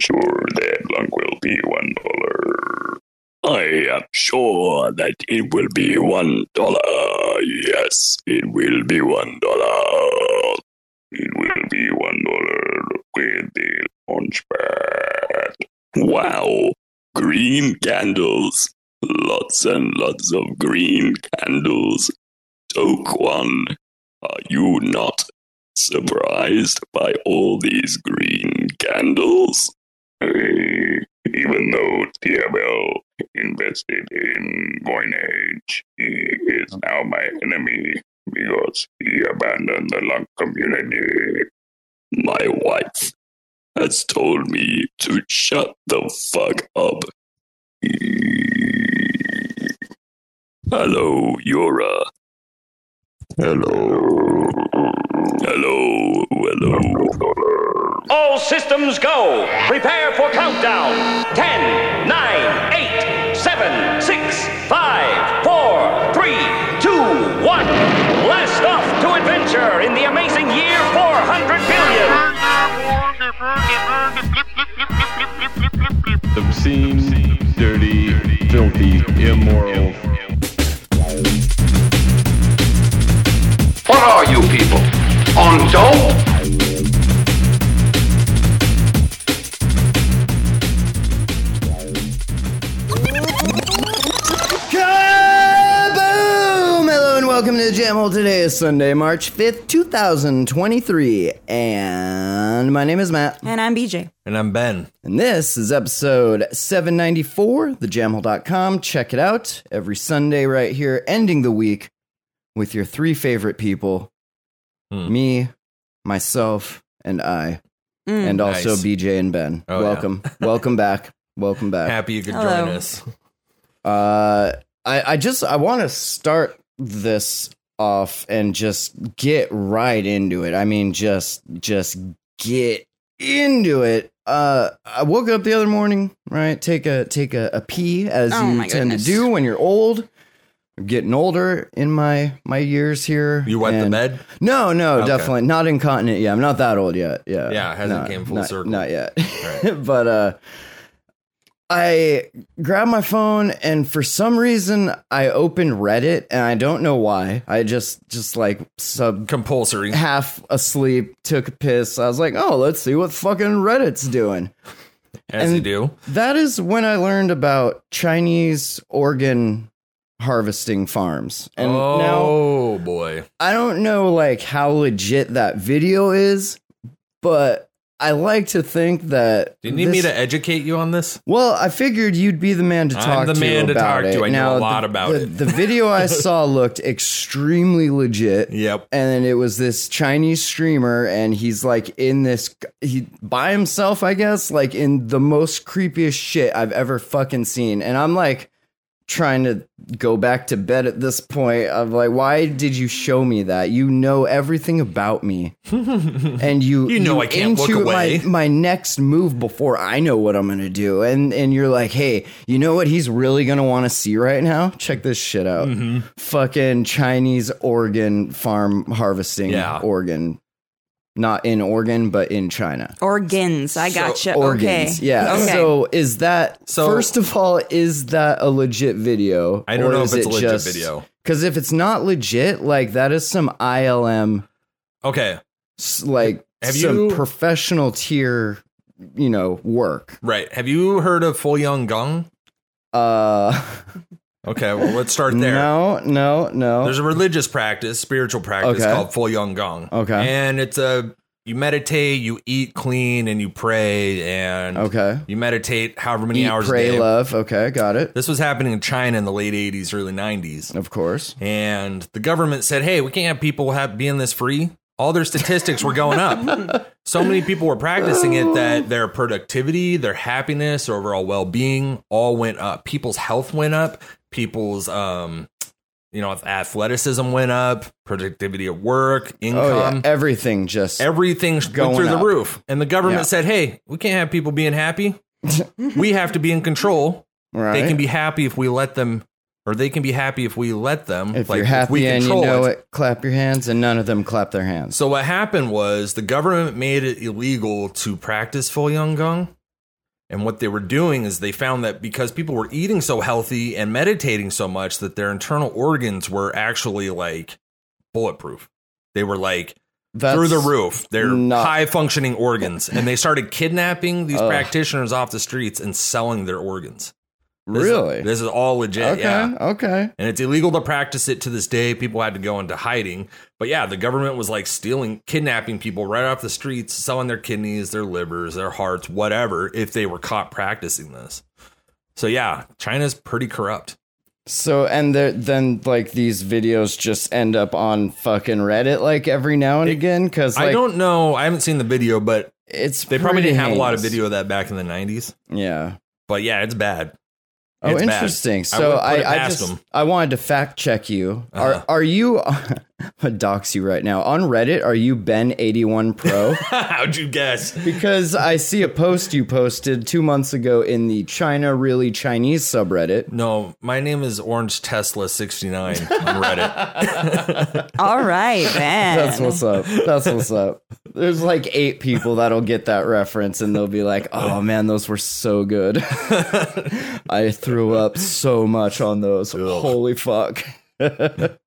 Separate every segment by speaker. Speaker 1: sure that lung will be one dollar. I am sure that it will be one dollar. Yes, it will be one dollar. It will be one dollar with the launch pad. Wow, green candles. Lots and lots of green candles. Toke one. Are you not surprised by all these green candles? even though Diabel invested in Coinage, he is now my enemy because he abandoned the Lunk community. My wife has told me to shut the fuck up. Hello, Yura. Hello. Hello, hello.
Speaker 2: All systems go. Prepare for countdown. 10, 9, 8, 7, 6, 5, 4, 3, 2, 1. Blast off to adventure in the amazing year 400 billion.
Speaker 3: obscene, dirty, filthy, immoral.
Speaker 4: What are you people? On dope?
Speaker 5: Kaboom! Hello and welcome to the Jam Hole. Today is Sunday, March 5th, 2023. And my name is Matt.
Speaker 6: Mm-hmm. And I'm BJ.
Speaker 7: And I'm Ben.
Speaker 5: And this is episode 794, thejamhole.com. Check it out every Sunday right here, ending the week with your three favorite people
Speaker 7: Hmm.
Speaker 5: me, myself, and I.
Speaker 6: Mm.
Speaker 5: And also
Speaker 7: Hmm. Nice.
Speaker 5: BJ and Ben.
Speaker 7: Oh, yeah.
Speaker 5: welcome. welcome back. Welcome back.
Speaker 7: Happy you could
Speaker 6: Hello.
Speaker 7: join us.
Speaker 5: Uh, I, I just I want to start this off and just get right into it. I mean, just just get into it. Uh, I woke up the other morning, right? Take a take a, a pee as
Speaker 6: Oh
Speaker 5: you
Speaker 6: my
Speaker 5: tend
Speaker 6: goodness.
Speaker 5: to do when you're old. I'm getting older in my my years here.
Speaker 7: You wet the
Speaker 5: and-
Speaker 7: bed?
Speaker 5: No, no,
Speaker 7: Okay.
Speaker 5: definitely not incontinent yet. I'm not that old yet. Yeah,
Speaker 7: Yeah, it hasn't
Speaker 5: Not-
Speaker 7: came full
Speaker 5: not-
Speaker 7: circle.
Speaker 5: Not yet.
Speaker 7: Right.
Speaker 5: but uh, I grabbed my phone and for some reason I opened Reddit and I don't know why. I just just like sub
Speaker 7: Compulsory.
Speaker 5: half asleep, took a piss. I was like, oh, let's see what fucking Reddit's doing.
Speaker 7: As
Speaker 5: and-
Speaker 7: you do.
Speaker 5: That is when I learned about Chinese organ harvesting farms. And now
Speaker 7: oh boy.
Speaker 5: I don't know like how legit that video is, but I like to think that.
Speaker 7: Do you need me
Speaker 5: this-
Speaker 7: to educate you on this?
Speaker 5: Well, I figured you'd be the man to
Speaker 7: I'm
Speaker 5: talk
Speaker 7: the
Speaker 5: to
Speaker 7: man to
Speaker 5: about
Speaker 7: talk
Speaker 5: it.
Speaker 7: to. I know
Speaker 5: Now,
Speaker 7: a lot
Speaker 5: the-
Speaker 7: about
Speaker 5: the-
Speaker 7: it.
Speaker 5: The video I saw looked extremely legit.
Speaker 7: Yep.
Speaker 5: And it was this Chinese streamer, and he's like in this, he by himself, I guess, like in the most creepiest shit I've ever fucking seen. And I'm like trying to go back to bed at this point. I'm like, why did you show me that? You know everything about me, and you
Speaker 7: You know I can't look
Speaker 5: into
Speaker 7: away.
Speaker 5: My, my next move before I know what I'm gonna do, and and you're like, hey, you know what? He's really gonna want to see right now. Check this shit out
Speaker 7: Mm-hmm.
Speaker 5: fucking Chinese organ farm harvesting
Speaker 7: Yeah.
Speaker 5: organ. Not in Oregon, but in China.
Speaker 6: Organs. I gotcha.
Speaker 5: Organs.
Speaker 6: Okay.
Speaker 5: Yeah.
Speaker 6: Okay.
Speaker 5: So is that
Speaker 7: So-
Speaker 5: first of all, is that a legit video?
Speaker 7: I don't
Speaker 5: or
Speaker 7: know
Speaker 5: is
Speaker 7: if it's
Speaker 5: it
Speaker 7: a legit
Speaker 5: just-
Speaker 7: video.
Speaker 5: Cause if it's not legit, like that is some ILM
Speaker 7: Okay.
Speaker 5: s- like
Speaker 7: Have
Speaker 5: some
Speaker 7: you-
Speaker 5: professional tier, you know, work.
Speaker 7: Right. Have you heard of Fo Young Gong?
Speaker 5: Uh
Speaker 7: Okay, well let's start there.
Speaker 5: No, no, no.
Speaker 7: There's a religious practice, spiritual practice
Speaker 5: Okay.
Speaker 7: called Fo Young Gong.
Speaker 5: Okay.
Speaker 7: And it's a you meditate, you eat clean, and you pray and
Speaker 5: okay.
Speaker 7: you meditate however many
Speaker 5: Eat,
Speaker 7: hours a
Speaker 5: pray,
Speaker 7: day.
Speaker 5: love. Okay, got it.
Speaker 7: This was happening in China in the late 80s, early 90s.
Speaker 5: Of course.
Speaker 7: and the government said, "Hey, we can't have people have being this free." All their statistics were going up. so many people were practicing it that their productivity, their happiness, their overall well-being all went up. People's health went up. People's um, you know, athleticism went up. Productivity at work,
Speaker 5: Oh
Speaker 7: income,
Speaker 5: yeah, everything just
Speaker 7: everything's
Speaker 5: Going
Speaker 7: going through
Speaker 5: up.
Speaker 7: the roof. And the government
Speaker 5: Yeah.
Speaker 7: said, "Hey, we can't have people being happy. we have to be in control.
Speaker 5: right.
Speaker 7: They can be happy if we let them." Or they can be happy if we let them.
Speaker 5: if
Speaker 7: like,
Speaker 5: you're
Speaker 7: we
Speaker 5: happy and you
Speaker 7: control
Speaker 5: know
Speaker 7: it.
Speaker 5: it. clap your hands, and none of them clap their hands.
Speaker 7: So what happened was the government made it illegal to practice full young gong, And what they were doing is they found that because people were eating so healthy and meditating so much that their internal organs were actually like bulletproof. They were like
Speaker 5: That's,
Speaker 7: through the roof. They're
Speaker 5: not-
Speaker 7: high functioning organs. And they started kidnapping these
Speaker 5: Ugh.
Speaker 7: practitioners off the streets and selling their organs. This is-
Speaker 5: Really?
Speaker 7: this is all legit.
Speaker 5: okay.
Speaker 7: Yeah.
Speaker 5: Okay.
Speaker 7: And it's illegal to practice it to this day. People had to go into hiding. But yeah, the government was like stealing, kidnapping people right off the streets, selling their kidneys, their livers, their hearts, whatever, if they were caught practicing this. So yeah, China's pretty corrupt.
Speaker 5: So and the, then like these videos just end up on fucking Reddit like every now and again because like
Speaker 7: I don't know. I haven't seen the video, but
Speaker 5: it's
Speaker 7: they probably
Speaker 5: pretty
Speaker 7: didn't have a lot of
Speaker 5: heinous.
Speaker 7: video of that back in the 90s.
Speaker 5: Yeah.
Speaker 7: But yeah, it's bad.
Speaker 5: Oh,
Speaker 7: It's bad.
Speaker 5: interesting.
Speaker 7: I
Speaker 5: So
Speaker 7: wouldn't put
Speaker 5: I,
Speaker 7: it
Speaker 5: I,
Speaker 7: past
Speaker 5: just
Speaker 7: 'em.
Speaker 5: I wanted to fact check you.
Speaker 7: Uh-huh.
Speaker 5: Are are you? I'm gonna dox you right now on Reddit. Are you Ben eighty one Pro?
Speaker 7: How'd you guess?
Speaker 5: because I see a post you posted two months ago in the China really Chinese subreddit.
Speaker 7: No, my name is Orange Tesla 69 on Reddit.
Speaker 6: All right, man.
Speaker 5: That's what's up. That's what's up. There's like eight people that'll get that reference and they'll be like, "Oh man, those were so good." I threw up so much on those. Holy fuck.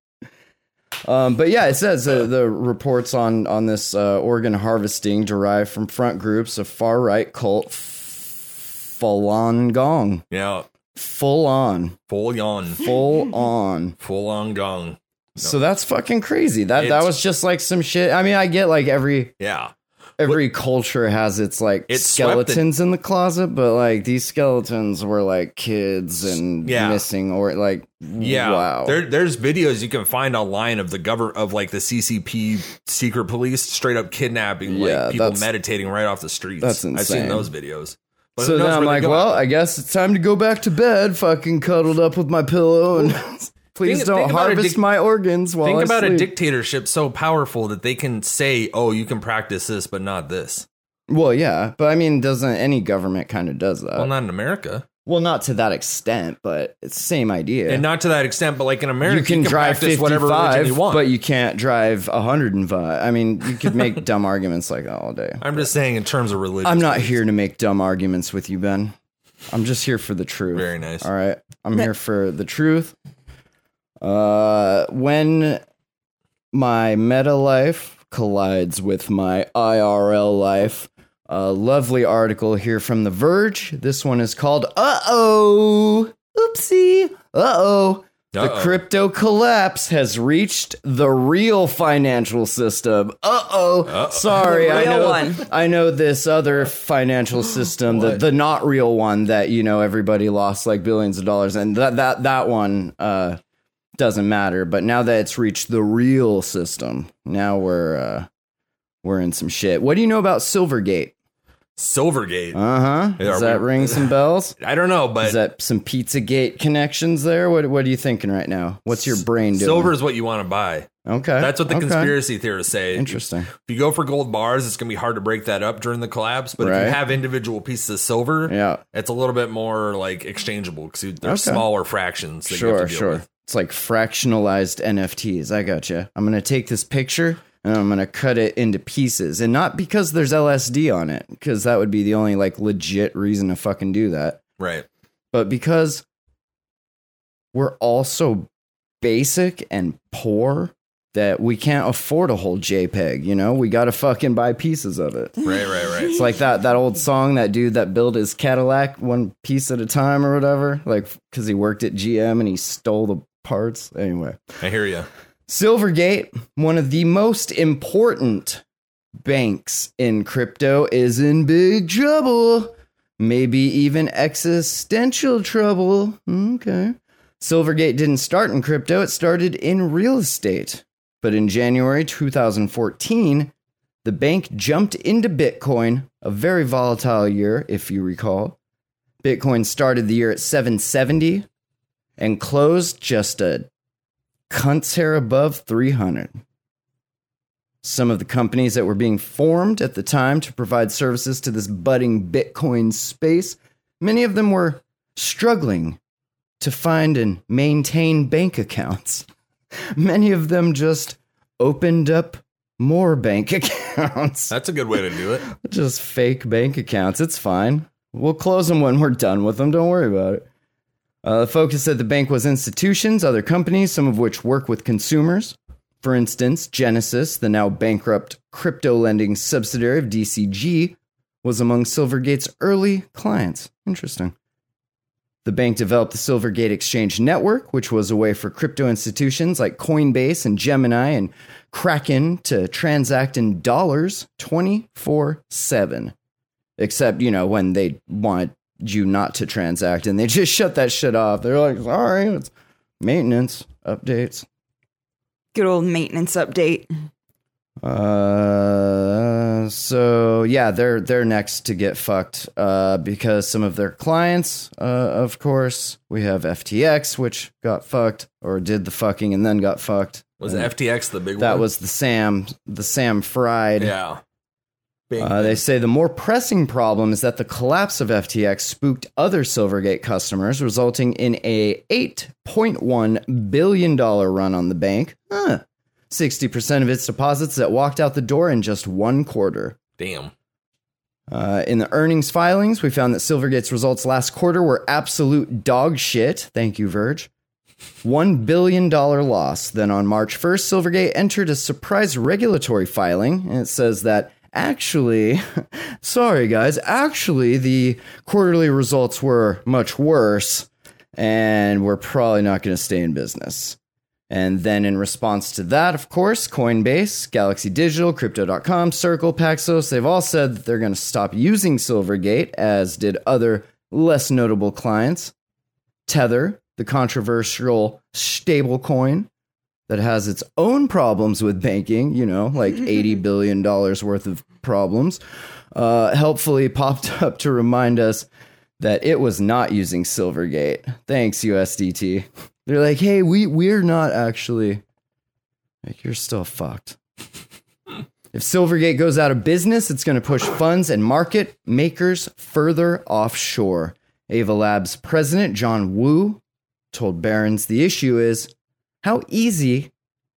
Speaker 5: um, but yeah, it says uh, the reports on on this uh, organ harvesting derived from front groups of far right cult Falun Gong.
Speaker 7: yeah,
Speaker 5: Full on.
Speaker 7: full yawn,
Speaker 5: Full on.
Speaker 7: full on gong.
Speaker 5: So that's fucking crazy. That that
Speaker 7: It's-
Speaker 5: was just like some shit. I mean, I get like every
Speaker 7: Yeah.
Speaker 5: every culture has its like
Speaker 7: It swept the-
Speaker 5: skeletons in the closet, but like these skeletons were like kids and
Speaker 7: Yeah.
Speaker 5: missing or like
Speaker 7: Yeah.
Speaker 5: wow.
Speaker 7: There, there's videos you can find online of the govern of like the CCP secret police straight up kidnapping
Speaker 5: Yeah,
Speaker 7: like people
Speaker 5: that's-
Speaker 7: meditating right off the streets.
Speaker 5: that's
Speaker 7: I've
Speaker 5: insane.
Speaker 7: seen those videos. But
Speaker 5: so
Speaker 7: who knows
Speaker 5: then I'm
Speaker 7: where
Speaker 5: like,
Speaker 7: they go.
Speaker 5: well, I guess it's time to go back to bed, fucking cuddled up with my pillow and please
Speaker 7: Think-
Speaker 5: don't
Speaker 7: think about a
Speaker 5: harvest
Speaker 7: dic-
Speaker 5: my organs while
Speaker 7: think
Speaker 5: I
Speaker 7: about a
Speaker 5: sleep.
Speaker 7: dictatorship so powerful that they can say, "Oh, you can practice this, but not this."
Speaker 5: well, yeah, but I mean, doesn't any government kind of does that?
Speaker 7: well, not in America,
Speaker 5: Well, not to that extent, but it's the same idea.
Speaker 7: and not to that extent, but like in America,
Speaker 5: you can, drive
Speaker 7: practice
Speaker 5: 55,
Speaker 7: whatever religion you want.
Speaker 5: but you can't drive 105. I mean, you could make dumb arguments like that all day.
Speaker 7: I'm just saying, in terms of religion,
Speaker 5: I'm not here to make dumb arguments with you, Ben. I'm just here for the truth.
Speaker 7: Very nice.
Speaker 5: All right. I'm here for the truth. Uh, when my meta life collides with my IRL life, a lovely article here from The Verge. This one is called Uh Oh. Oopsie. Uh oh. The
Speaker 7: Uh-oh.
Speaker 5: crypto collapse has reached the real financial system. Uh oh. Sorry,
Speaker 6: The
Speaker 5: I
Speaker 6: real
Speaker 5: know.
Speaker 6: one.
Speaker 5: I know this other financial system, the, the not real one that you know everybody lost like billions of dollars, and that that that one uh, doesn't matter. But now that it's reached the real system, now we're uh, we're in some shit. What do you know about Silvergate?
Speaker 7: Silvergate.
Speaker 5: Uh huh.
Speaker 7: Yeah,
Speaker 5: Does
Speaker 7: are
Speaker 5: that
Speaker 7: we-
Speaker 5: ring some bells?
Speaker 7: I don't know, but
Speaker 5: Is that some PizzaGate connections there? What What are you thinking right now? What's your brain doing?
Speaker 7: silver is what you want to buy.
Speaker 5: Okay.
Speaker 7: That's what the
Speaker 5: Eh, okay.
Speaker 7: conspiracy theorists say.
Speaker 5: Interesting.
Speaker 7: If you go for gold bars, it's gonna be hard to break that up during the collapse. But if
Speaker 5: Right.
Speaker 7: you have individual pieces of silver,
Speaker 5: Yeah.
Speaker 7: it's a little bit more like exchangeable because they're
Speaker 5: Okay.
Speaker 7: smaller fractions. That you have
Speaker 5: Sure,
Speaker 7: to deal
Speaker 5: sure.
Speaker 7: with.
Speaker 5: It's like fractionalized NFTs. I gotcha. I'm gonna take this picture and I'm gonna cut it into pieces, and not because there's LSD on it, because that would be the only like legit reason to fucking do that,
Speaker 7: right?
Speaker 5: but because we're all so basic and poor that we can't afford a whole JPEG. You know, we gotta fucking buy pieces of it.
Speaker 7: Right, right, right.
Speaker 5: It's like that that old song that dude that built his Cadillac one piece at a time or whatever, like because he worked at GM and he stole the parts. Anyway,
Speaker 7: I hear you.
Speaker 5: Silvergate, one of the most important banks in crypto, is in big trouble. Maybe even existential trouble. Okay. Silvergate didn't start in crypto, it started in real estate. But in January 2014, the bank jumped into Bitcoin, a very volatile year, if you recall. Bitcoin started the year at 770 and closed just a cunt's hair above 300. Some of the companies that were being formed at the time to provide services to this budding Bitcoin space, many of them were struggling to find and maintain bank accounts. Many of them just opened up more bank accounts
Speaker 7: That's a good way to do it.
Speaker 5: just fake bank accounts. It's fine. We'll close them when we're done with them. Don't worry about it. Uh, the focus at the bank was institutions, other companies, some of which work with consumers. For instance, Genesis, the now bankrupt crypto lending subsidiary of DCG, was among Silvergate's early clients. Interesting. The bank developed the Silvergate Exchange Network, which was a way for crypto institutions like Coinbase and Gemini and Kraken to transact in dollars 24 7. Except, you know, when they want you not to transact and they just shut that shit off. They're like, sorry, it's maintenance updates.
Speaker 6: Good old maintenance update.
Speaker 5: Uh, so yeah, they're they're next to get fucked uh, because some of their clients, uh, of course, we have FTX, which got fucked or did the fucking and then got fucked.
Speaker 7: Was FTX the big one?
Speaker 5: That was the Sam, the Sam Fried.
Speaker 7: yeah. Big
Speaker 5: Uh, they say the more pressing problem is that the collapse of FTX spooked other Silvergate customers, resulting in a $8.1 billion run on the bank. Huh. 60% of its deposits that walked out the door in just one quarter.
Speaker 7: damn.
Speaker 5: Uh, in the earnings filings, we found that Silvergate's results last quarter were absolute dog shit. Thank you, Verge. $1 billion loss. Then on March 1st, Silvergate entered a surprise regulatory filing, and it says that actually, sorry guys, actually, the quarterly results were much worse, and we're probably not going to stay in business. And then in response to that, of course, Coinbase, Galaxy Digital, Crypto.com, Circle, Paxos, they've all said that they're going to stop using Silvergate, as did other less notable clients. Tether, the controversial stablecoin that has its own problems with banking, you know, like $80 billion worth of problems, uh, helpfully popped up to remind us that it was not using Silvergate. Thanks, USDT. They're like, hey, we we're not actually like you're still fucked. if Silvergate goes out of business, it's gonna push funds and market makers further offshore. Ava Labs president John Wu told Barron's the issue is how easy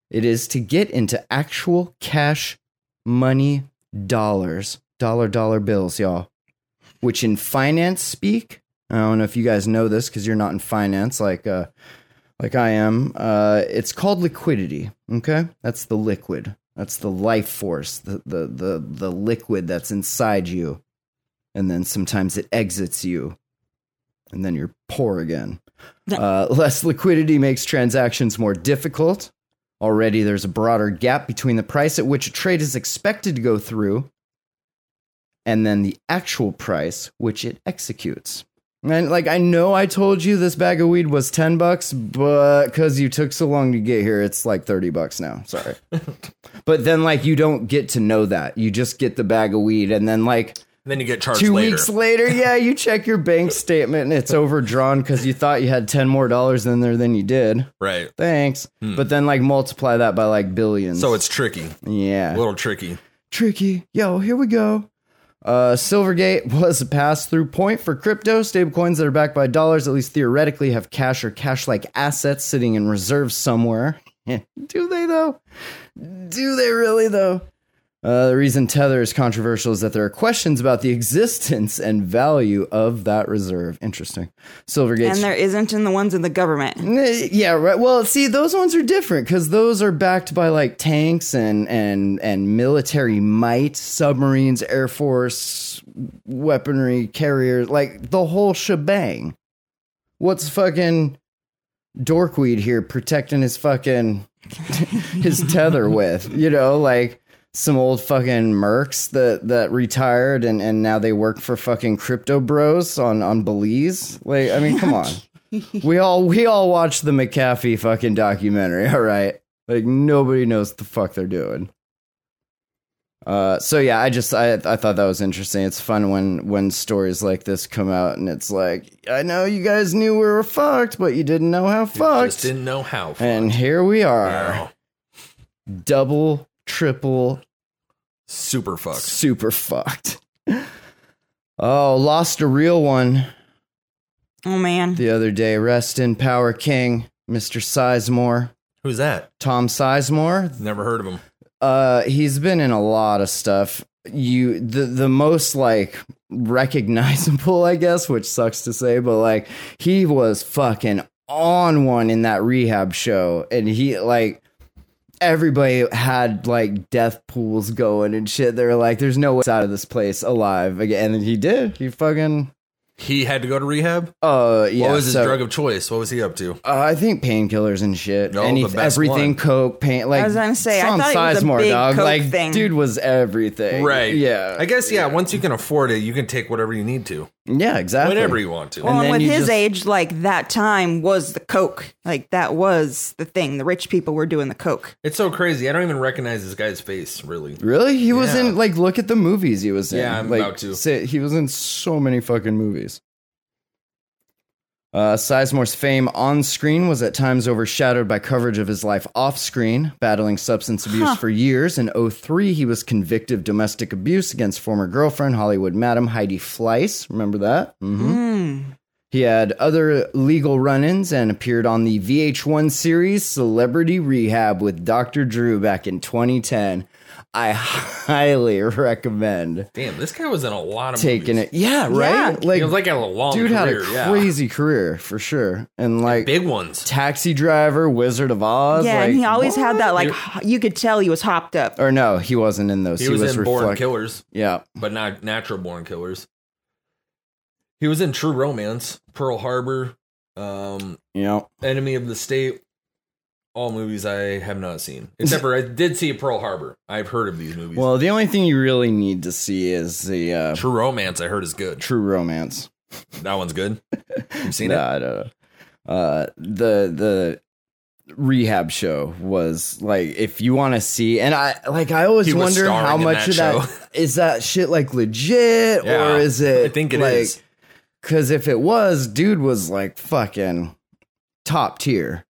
Speaker 5: it is to get into actual cash money dollars. Dollar dollar bills, y'all which in finance speak, I don't know if you guys know this because you're not in finance like uh, like I am. Uh, it's called liquidity. Okay, that's the liquid. That's the life force, the the the the liquid that's inside you, and then sometimes it exits you, and then you're poor again. Uh, less liquidity makes transactions more difficult. Already, there's a broader gap between the price at which a trade is expected to go through and then the actual price which it executes. And like I know I told you this bag of weed was 10 bucks, but cuz you took so long to get here it's like 30 bucks now. Sorry. but then like you don't get to know that. You just get the bag of weed and then like
Speaker 7: And then you get charged
Speaker 5: 2
Speaker 7: later.
Speaker 5: weeks later, yeah, you check your bank statement and it's overdrawn cuz you thought you had 10 more dollars in there than you did.
Speaker 7: right.
Speaker 5: Thanks. But then like multiply that by like billions.
Speaker 7: Hmm. So it's tricky.
Speaker 5: yeah
Speaker 7: A little tricky.
Speaker 5: tricky. Yo, here we go. Uh, Silvergate was a pass through point for crypto. Stablecoins that are backed by dollars, at least theoretically, have cash or cash like assets sitting in reserve somewhere. Do they, though? Do they really, though? Uh, the reason Tether is controversial is that there are questions about the existence and value of that reserve. Interesting. Silvergate.
Speaker 6: And there isn't in the ones in the government.
Speaker 5: Eh, Yeah, right. Well, see, those ones are different because those are backed by like tanks and and and military might, submarines, air force, weaponry, carriers, like the whole shebang. What's fucking dorkweed here protecting his fucking his tether with? You know, like some old fucking mercs that that retired and and now they work for fucking crypto bros on on Belize. Like, I mean, come on we all we all watched the McAfee fucking documentary, all right? Like nobody knows what the fuck they're doing. Uh so yeah, I just I I thought that was interesting. It's fun when when stories like this come out and it's like, I know you guys knew we were fucked, but you didn't know how
Speaker 7: Just
Speaker 5: fucked.
Speaker 7: didn't know how.
Speaker 5: and here we are.
Speaker 7: Wow.
Speaker 5: Double, triple,
Speaker 7: Super fucked.
Speaker 5: super fucked. Oh, lost a real one.
Speaker 6: Oh man.
Speaker 5: the other day. Rest in power, King, Mr. Sizemore,
Speaker 7: Who's that?
Speaker 5: Tom Sizemore.
Speaker 7: Never heard of him.
Speaker 5: Uh, he's been in a lot of stuff. you the the most like recognizable, I guess, which sucks to say, but like he was fucking on one in that rehab show, and he like everybody had like death pools going and shit. They were like, "There's no way out of this place alive again," and he did. He fucking
Speaker 7: He had to go to rehab.
Speaker 5: uh yeah.
Speaker 7: what was his
Speaker 5: so-
Speaker 7: drug of choice? What was he up to?
Speaker 5: Uh, I think painkillers and shit.
Speaker 7: No,
Speaker 5: Any,
Speaker 7: Oh, the best
Speaker 5: everything,
Speaker 7: one.
Speaker 5: coke, pain. Like
Speaker 6: I was gonna say, I
Speaker 5: Sean
Speaker 6: thought it was a
Speaker 5: Sizemore,
Speaker 6: big
Speaker 5: dog.
Speaker 6: coke
Speaker 5: like,
Speaker 6: thing.
Speaker 5: dude was everything. Yeah.
Speaker 7: I guess yeah. Once you can afford it, you can take whatever you need to,
Speaker 5: yeah. Exactly.
Speaker 7: whenever you want to.
Speaker 6: Well, and,
Speaker 5: then
Speaker 6: with
Speaker 5: you
Speaker 6: his
Speaker 5: just-
Speaker 6: age, like that time was the coke. Like that was the thing. The rich people were doing the coke.
Speaker 7: It's so crazy. I don't even recognize this guy's face. Really.
Speaker 5: Really? He was
Speaker 7: Yeah.
Speaker 5: in like look at the movies he was in.
Speaker 7: Yeah, I'm
Speaker 5: like,
Speaker 7: about to.
Speaker 5: sit- he was in so many fucking movies. Uh, Sizemore's fame on screen was at times overshadowed by coverage of his life off screen, battling substance abuse for years. In 03, he was convicted of domestic abuse against former girlfriend, Hollywood madam Heidi Fleiss. Remember that? Mm-hmm. He had other legal run ins and appeared on the VH1 series Celebrity Rehab with Dr. Drew back in 2010. I highly recommend
Speaker 7: Damn, this guy was in a lot of
Speaker 5: taking
Speaker 7: movies.
Speaker 5: it. Yeah, right?
Speaker 7: Like,
Speaker 5: Like,
Speaker 7: he was like a long
Speaker 5: dude had
Speaker 7: career,
Speaker 5: a crazy career for sure. And
Speaker 7: yeah.
Speaker 5: like,
Speaker 7: big ones.
Speaker 5: Taxi Driver, Wizard of Oz.
Speaker 6: yeah,
Speaker 5: like, Uh,
Speaker 6: and he always had that. Like
Speaker 7: You're-
Speaker 6: ho- you could tell he was hopped up.
Speaker 5: Or no, he wasn't in those.
Speaker 7: He, was, in Born
Speaker 5: reflect-
Speaker 7: Killers,
Speaker 5: Yeah.
Speaker 7: but not Natural Born Killers. He was in True Romance, Pearl Harbor, um,
Speaker 5: Yeah.
Speaker 7: Enemy of the State. All movies I have not seen, except for I did see Pearl Harbor. I've heard of these movies.
Speaker 5: Well, the only thing you really need to see is the uh,
Speaker 7: True Romance, I heard is good.
Speaker 5: True Romance.
Speaker 7: That one's good. You've seen
Speaker 5: no, I don't know. Uh, the the rehab show was like if you want to see, and I like I always
Speaker 7: He was
Speaker 5: wonder
Speaker 7: starring
Speaker 5: how
Speaker 7: in
Speaker 5: much
Speaker 7: that
Speaker 5: of that is that shit like legit
Speaker 7: Yeah,
Speaker 5: or is it?
Speaker 7: I think it
Speaker 5: like,
Speaker 7: is.
Speaker 5: Because if it was, dude was like fucking top tier,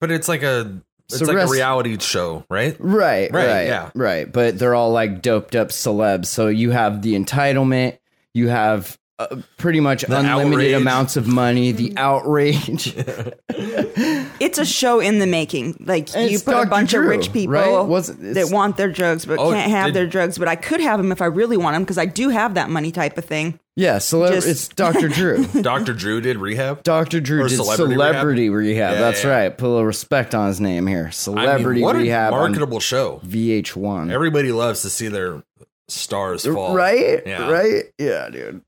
Speaker 7: But it's like a it's
Speaker 5: So
Speaker 7: like
Speaker 5: rest-
Speaker 7: a reality show, right?
Speaker 5: right?
Speaker 7: Right,
Speaker 5: Right?
Speaker 7: yeah.
Speaker 5: Right. But they're all like doped up celebs, so you have the entitlement, you have. Uh, pretty much
Speaker 7: The
Speaker 5: unlimited
Speaker 7: outrage.
Speaker 5: amounts of money, the outrage.
Speaker 6: It's a show in the making. Like
Speaker 5: And
Speaker 6: you
Speaker 5: it's
Speaker 6: put
Speaker 5: Dr.
Speaker 6: a bunch
Speaker 5: Drew,
Speaker 6: of rich people
Speaker 5: right? Wasn't-
Speaker 6: that
Speaker 5: it's-
Speaker 6: want their drugs but
Speaker 7: Oh,
Speaker 6: can't have
Speaker 7: did-
Speaker 6: their drugs. But I could have them if I really want them because I do have that money type of thing.
Speaker 5: Yeah, celeb-
Speaker 6: Just-
Speaker 5: it's Dr. Drew.
Speaker 7: Dr. Drew did rehab.
Speaker 5: Dr. Drew
Speaker 7: Or
Speaker 5: did
Speaker 7: celebrity
Speaker 5: celebrity, rehab.
Speaker 7: Yeah,
Speaker 5: That's
Speaker 7: yeah.
Speaker 5: right. Put a little respect on his name here.
Speaker 7: I mean,
Speaker 5: Celebrity
Speaker 7: what
Speaker 5: rehab Mm.
Speaker 7: a
Speaker 5: on
Speaker 7: marketable show.
Speaker 5: VH1.
Speaker 7: Everybody loves to see their stars fall.
Speaker 5: right?
Speaker 7: Yeah.
Speaker 5: Right? Yeah, dude.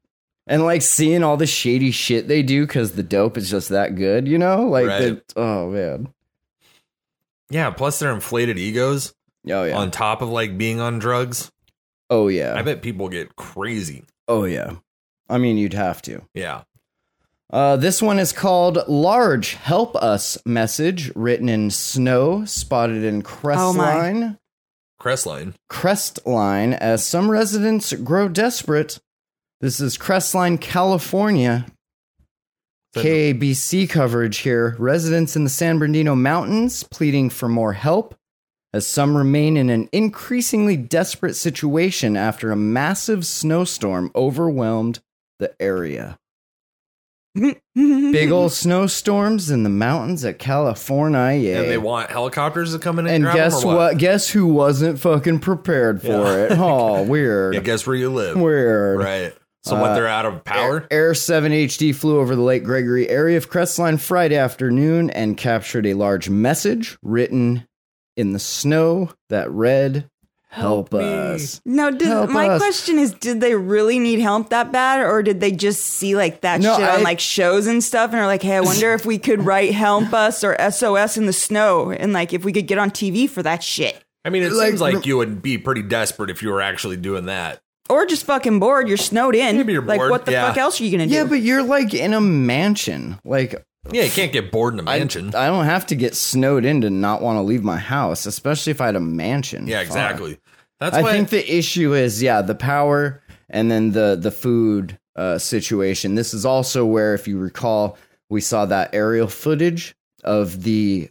Speaker 5: And like seeing all the shady shit they do because the dope is just that good, you know? Like,
Speaker 7: Right.
Speaker 5: the, oh man,
Speaker 7: Yeah. Plus their inflated egos
Speaker 5: oh yeah,
Speaker 7: on top of like being on drugs.
Speaker 5: oh
Speaker 7: I
Speaker 5: yeah,
Speaker 7: bet people get crazy.
Speaker 5: oh yeah. I mean, you'd have to.
Speaker 7: Yeah.
Speaker 5: Uh, this one is called "Large Help Us" message, written in snow, spotted in
Speaker 6: Oh, my.
Speaker 5: crestline.
Speaker 7: Crestline.
Speaker 5: Crestline as some residents grow desperate. This is Crestline, California. KABC coverage here. Residents in the San Bernardino Mountains pleading for more help as some remain in an increasingly desperate situation after a massive snowstorm overwhelmed the area.
Speaker 7: Mm-hmm.
Speaker 5: Big old snowstorms in the mountains of California.
Speaker 7: And they want helicopters to come in and,
Speaker 5: And
Speaker 7: grab
Speaker 5: guess
Speaker 7: them or
Speaker 5: what? Guess who wasn't fucking prepared for it? Oh, weird.
Speaker 7: Yeah, guess where you live.
Speaker 5: weird.
Speaker 7: Right. So what?
Speaker 5: Uh,
Speaker 7: They're out of power.
Speaker 5: Air 7 HD flew over the Lake Gregory area of Crestline Friday afternoon and captured a large message written in the snow that read, Help, us.
Speaker 6: No, did,
Speaker 5: Help
Speaker 6: my
Speaker 5: us.
Speaker 6: question is: Did they really need help that bad, or did they just see like that
Speaker 5: No,
Speaker 6: shit on
Speaker 5: I-
Speaker 6: like shows and stuff, and are like, "Hey, I wonder if we could write help us or SOS in the snow, and like if we could get on TV for that shit,
Speaker 7: I mean, it
Speaker 5: like,
Speaker 7: seems like you would be pretty desperate if you were actually doing that.
Speaker 6: or just fucking bored? You're snowed in.
Speaker 7: Maybe you're
Speaker 6: like,
Speaker 7: bored,
Speaker 6: what the
Speaker 7: yeah.
Speaker 6: fuck else are you gonna
Speaker 5: Yeah,
Speaker 6: do?
Speaker 5: but you're like in a mansion. Like,
Speaker 7: Yeah, you can't get bored in a
Speaker 5: I, I
Speaker 7: mansion.
Speaker 5: don't have to get snowed in to not want to leave my house, especially if I had a mansion.
Speaker 7: yeah,
Speaker 5: Fuck.
Speaker 7: exactly. That's
Speaker 5: I
Speaker 7: why
Speaker 5: think the issue is yeah the power and then the the food uh, situation. This is also where, if you recall, we saw that aerial footage of the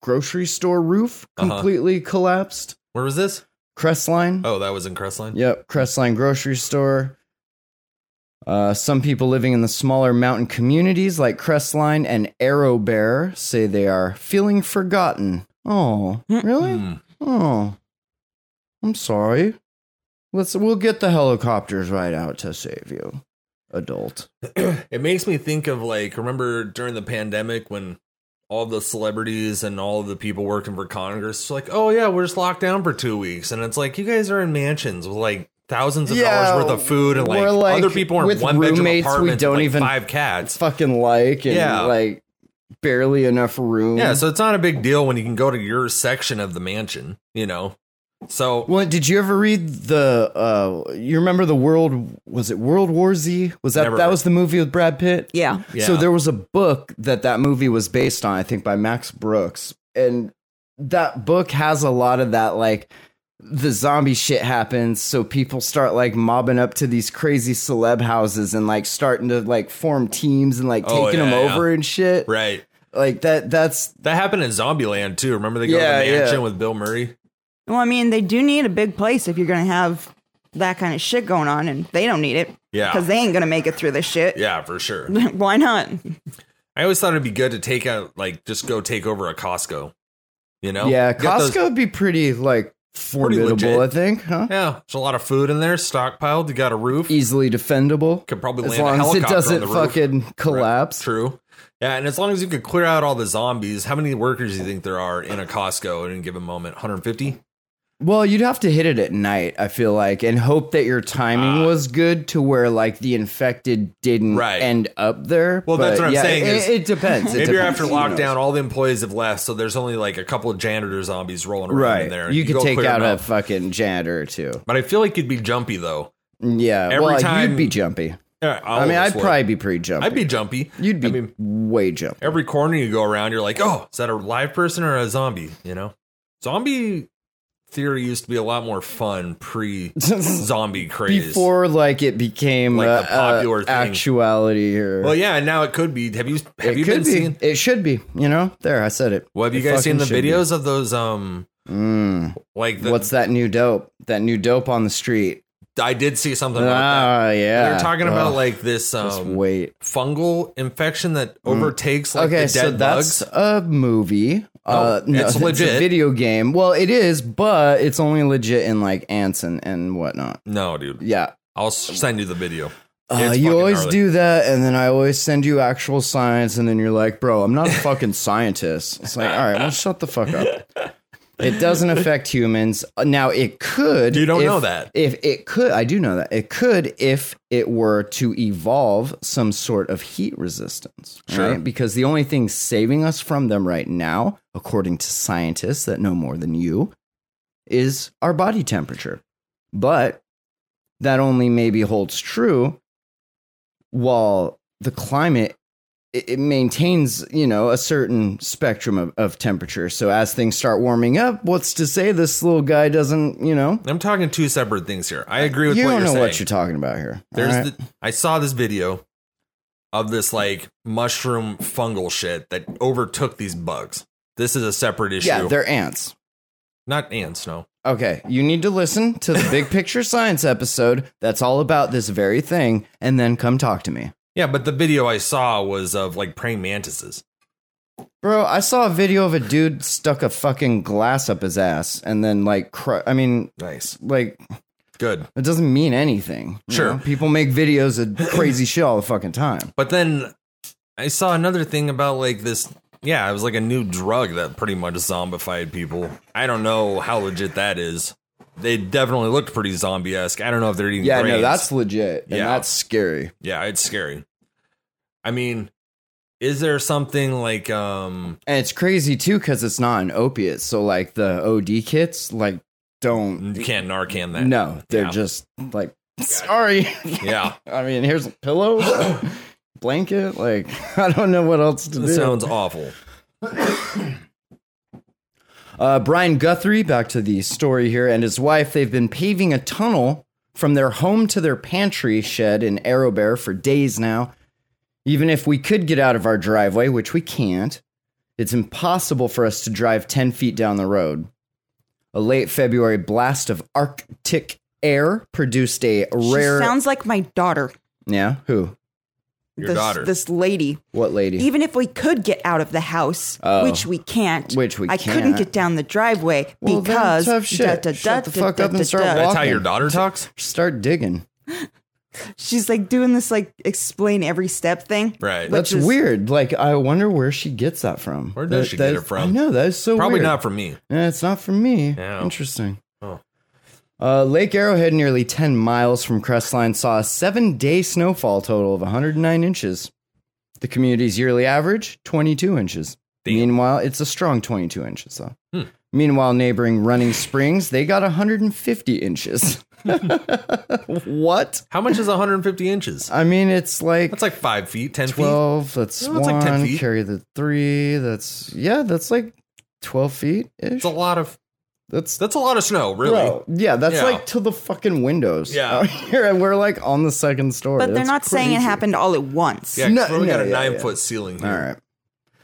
Speaker 5: grocery store roof
Speaker 7: Uh-huh.
Speaker 5: completely collapsed.
Speaker 7: where was this?
Speaker 5: Crestline.
Speaker 7: Oh, that was in Crestline.
Speaker 5: Yep, Crestline grocery store. Uh, some people living in the smaller mountain communities like Crestline and Arrow Bear say they are feeling forgotten. Oh, really?
Speaker 7: Hmm.
Speaker 5: Oh. I'm sorry. Let's we'll get the helicopters right out to save you, adult.
Speaker 7: It makes me think of like remember during the pandemic when all the celebrities and all the people working for Congress was like, oh yeah, we're just locked down for two weeks, and it's like you guys are in mansions with like thousands of
Speaker 5: Yeah,
Speaker 7: dollars worth of food and like,
Speaker 5: we're, like,
Speaker 7: other people are in
Speaker 5: with
Speaker 7: one bedroom
Speaker 5: roommates we
Speaker 7: apartments
Speaker 5: don't
Speaker 7: with, like,
Speaker 5: even-
Speaker 7: five cats.
Speaker 5: Fucking like and
Speaker 7: Yeah.
Speaker 5: like barely enough room.
Speaker 7: Yeah, so it's not a big deal when you can go to your section of the mansion, you know. So
Speaker 5: Well, did you ever read the? uh You remember the world? Was it World War Z? Was that
Speaker 7: Never
Speaker 5: that
Speaker 7: read.
Speaker 5: was the movie with Brad Pitt?
Speaker 6: Yeah.
Speaker 7: Yeah.
Speaker 5: So there was a book that that movie was based on, I think, by Max Brooks, and that book has a lot of that like the zombie shit happens so people start like mobbing up to these crazy celeb houses and like starting to like form teams and like
Speaker 7: Oh,
Speaker 5: taking
Speaker 7: yeah,
Speaker 5: them
Speaker 7: yeah.
Speaker 5: over and shit
Speaker 7: right.
Speaker 5: like that that's
Speaker 7: That happened in Zombieland too. Remember they go
Speaker 5: Yeah,
Speaker 7: to the mansion
Speaker 5: yeah.
Speaker 7: with Bill Murray?
Speaker 6: Well, I mean, they do need a big place if you're going to have that kind of shit going on, and they don't need it.
Speaker 7: Yeah.
Speaker 6: Because they ain't going to make it through this shit.
Speaker 7: Yeah, for sure.
Speaker 6: Why not?
Speaker 7: I always thought it'd be good to take out like just go take over a Costco. You know?
Speaker 5: yeah
Speaker 7: Get those-
Speaker 5: costco would be pretty like formidable
Speaker 7: legit.
Speaker 5: i think huh
Speaker 7: yeah, there's a lot of food in there, stockpiled. You got a roof.
Speaker 5: easily defendable
Speaker 7: Could probably
Speaker 5: as
Speaker 7: land a
Speaker 5: long as
Speaker 7: helicopter
Speaker 5: it doesn't
Speaker 7: on the roof.
Speaker 5: fucking collapse
Speaker 7: True. Yeah, and as long as you could clear out all the zombies, how many workers do you think there are in a Costco at any given moment? 150?
Speaker 5: Well, you'd have to hit it at night, I feel like, and hope that your timing was good to where like the infected didn't
Speaker 7: Ah. Right.
Speaker 5: end up there.
Speaker 7: Well, that's
Speaker 5: But,
Speaker 7: what I'm
Speaker 5: yeah,
Speaker 7: saying
Speaker 5: It,
Speaker 7: is-
Speaker 5: it depends. It
Speaker 7: Maybe you're
Speaker 5: depends.
Speaker 7: after
Speaker 5: Who knows?
Speaker 7: lockdown, all the employees have left, so there's only like a couple of janitor zombies rolling around in
Speaker 5: right?
Speaker 7: there.
Speaker 5: you, could
Speaker 7: go
Speaker 5: take
Speaker 7: clear
Speaker 5: out
Speaker 7: them
Speaker 5: a fucking janitor or two.
Speaker 7: But I feel like you'd be jumpy though.
Speaker 5: Yeah,
Speaker 7: Every
Speaker 5: well,
Speaker 7: time-
Speaker 5: you'd be jumpy.
Speaker 7: Yeah,
Speaker 5: i mean, I'd probably be pretty jumpy.
Speaker 7: I'd be jumpy.
Speaker 5: You'd be
Speaker 7: I mean,
Speaker 5: way jumpy.
Speaker 7: every corner you go around, you're like, oh, is that a live person or a zombie? You know, zombie theory used to be a lot more fun pre-zombie craze.
Speaker 5: Before like it became
Speaker 7: Like
Speaker 5: a,
Speaker 7: the popular
Speaker 5: a
Speaker 7: thing.
Speaker 5: actuality here.
Speaker 7: well, yeah, and now it could be. Have you have
Speaker 5: it
Speaker 7: you
Speaker 5: could
Speaker 7: been
Speaker 5: be.
Speaker 7: seeing?
Speaker 5: It should be. You know, there I said it.
Speaker 7: Well, have you
Speaker 5: It
Speaker 7: guys seen the
Speaker 5: fucking should be.
Speaker 7: videos of those? Um,
Speaker 5: Mm.
Speaker 7: like the,
Speaker 5: What's that new dope? That new dope on the street.
Speaker 7: I did see something about
Speaker 5: Ah,
Speaker 7: that.
Speaker 5: yeah.
Speaker 7: They're talking about
Speaker 5: Ugh,
Speaker 7: like this
Speaker 5: just
Speaker 7: um,
Speaker 5: wait.
Speaker 7: fungal infection that overtakes like
Speaker 5: Mm. okay,
Speaker 7: the dead
Speaker 5: so that's
Speaker 7: bugs.
Speaker 5: a movie. uh,
Speaker 7: No,
Speaker 5: no,
Speaker 7: it's
Speaker 5: it's
Speaker 7: legit.
Speaker 5: a video game. Well, it is, but it's only legit in like ants and, and whatnot.
Speaker 7: No, dude,
Speaker 5: Yeah.
Speaker 7: I'll s- send you the video.
Speaker 5: Uh,
Speaker 7: It's
Speaker 5: you
Speaker 7: fucking
Speaker 5: always
Speaker 7: gnarly.
Speaker 5: do that, and then I always send you actual science, and then you're like, "Bro, I'm not a fucking scientist." It's like, all right, well, shut the fuck up. It doesn't affect humans. Uh, Now, it could.
Speaker 7: You don't
Speaker 5: if-
Speaker 7: know that.
Speaker 5: If it could, I do know that it could if it were to evolve some sort of heat resistance.
Speaker 7: Sure.
Speaker 5: Because the only thing saving us from them right now, according to scientists that know more than you, is our body temperature. But that only maybe holds true while the climate it, it maintains you know a certain spectrum of, of temperature so as things start warming up what's to say this little guy doesn't you know
Speaker 7: I'm talking two separate things here. I agree
Speaker 5: you
Speaker 7: with
Speaker 5: don't
Speaker 7: what you're
Speaker 5: know
Speaker 7: saying.
Speaker 5: what you're talking about here
Speaker 7: There's
Speaker 5: all right?
Speaker 7: the, I saw this video of this like mushroom fungal shit that overtook these bugs. This is a separate issue.
Speaker 5: yeah they're ants
Speaker 7: not ants, no.
Speaker 5: okay you need to listen to the big picture science episode that's all about this very thing and then come talk to me
Speaker 7: Yeah, but the video I saw was of like praying mantises.
Speaker 5: Bro, I saw a video of a dude stuck a fucking glass up his ass and then like cr- I mean
Speaker 7: Nice.
Speaker 5: like
Speaker 7: Good.
Speaker 5: It doesn't mean anything. you
Speaker 7: Sure.
Speaker 5: know? People make videos of crazy shit all the fucking time.
Speaker 7: But then I saw another thing about like this yeah, it was like a new drug that pretty much zombified people. I don't know how legit that is. They definitely looked pretty zombie esque. I don't know if they're eating
Speaker 5: Yeah, no,
Speaker 7: brains.
Speaker 5: that's legit. And
Speaker 7: Yeah.
Speaker 5: that's scary.
Speaker 7: yeah, it's scary. I mean, is there something like um
Speaker 5: And it's crazy too because it's not an opiate. So, like, the OD kits, like, don't.
Speaker 7: you can't Narcan that?
Speaker 5: No, they're
Speaker 7: Yeah.
Speaker 5: just like, sorry.
Speaker 7: yeah.
Speaker 5: I mean, here's a pillow, blanket. Like, I don't know what else to
Speaker 7: That
Speaker 5: do.
Speaker 7: sounds awful.
Speaker 5: Uh, Brian Guthrie, back to the story here, and his wife, they've been paving a tunnel from their home to their pantry shed in Arrowbear for days now. Even if we could get out of our driveway, which we can't, it's impossible for us to drive 10 feet down the road. A late February blast of Arctic air produced a
Speaker 6: She
Speaker 5: rare.
Speaker 6: sounds like my daughter.
Speaker 5: yeah, who?
Speaker 7: Your
Speaker 6: this,
Speaker 7: daughter.
Speaker 6: this lady.
Speaker 5: What lady?
Speaker 6: Even if we could get out of the house,
Speaker 5: Oh.
Speaker 6: which we can't,
Speaker 5: Which we
Speaker 6: I couldn't
Speaker 5: can't.
Speaker 6: get down the driveway
Speaker 5: Well, then,
Speaker 6: because
Speaker 5: tough shit.
Speaker 6: da, da,
Speaker 5: Shut
Speaker 6: da,
Speaker 5: the fuck
Speaker 6: da,
Speaker 5: up and
Speaker 6: da,
Speaker 5: start
Speaker 6: da.
Speaker 7: That's how
Speaker 5: walking.
Speaker 7: your daughter talks?
Speaker 5: Start digging.
Speaker 6: She's like doing this like explain every step thing.
Speaker 7: Right.
Speaker 6: But
Speaker 5: That's
Speaker 6: just-
Speaker 5: weird. Like, I wonder where she gets that from.
Speaker 7: Where does
Speaker 5: That-
Speaker 7: she get
Speaker 5: that-
Speaker 7: it from?
Speaker 5: I know that is so
Speaker 7: Probably
Speaker 5: weird.
Speaker 7: not from me.
Speaker 5: Yeah, it's not from me.
Speaker 7: No.
Speaker 5: Interesting.
Speaker 7: Oh.
Speaker 5: Uh, Lake Arrowhead, nearly 10 miles from Crestline, saw a seven day snowfall total of 109 inches. The community's yearly average, 22 inches.
Speaker 7: Damn.
Speaker 5: Meanwhile, it's a strong 22 inches, though.
Speaker 7: Hmm.
Speaker 5: Meanwhile, neighboring Running Springs, they got 150 inches. what?
Speaker 7: How much is 150 inches?
Speaker 5: I mean, it's like
Speaker 7: That's like five feet, 10 feet.
Speaker 5: 12 that's
Speaker 7: No,
Speaker 5: one
Speaker 7: that's like 10 feet.
Speaker 5: carry the three that's yeah that's like 12 feet ish
Speaker 7: It's a lot of
Speaker 5: that's
Speaker 7: that's a lot of snow, really.
Speaker 5: Bro, yeah that's
Speaker 7: Yeah.
Speaker 5: like to the fucking windows
Speaker 7: Yeah.
Speaker 5: out here and we're like on the second story
Speaker 6: But they're
Speaker 5: Oh, That's
Speaker 6: not saying it
Speaker 5: crazy.
Speaker 6: happened all at once.
Speaker 7: Yeah, 'cause
Speaker 5: No,
Speaker 7: we
Speaker 5: no,
Speaker 7: got a
Speaker 5: yeah,
Speaker 7: nine
Speaker 5: yeah.
Speaker 7: foot ceiling here.
Speaker 5: all right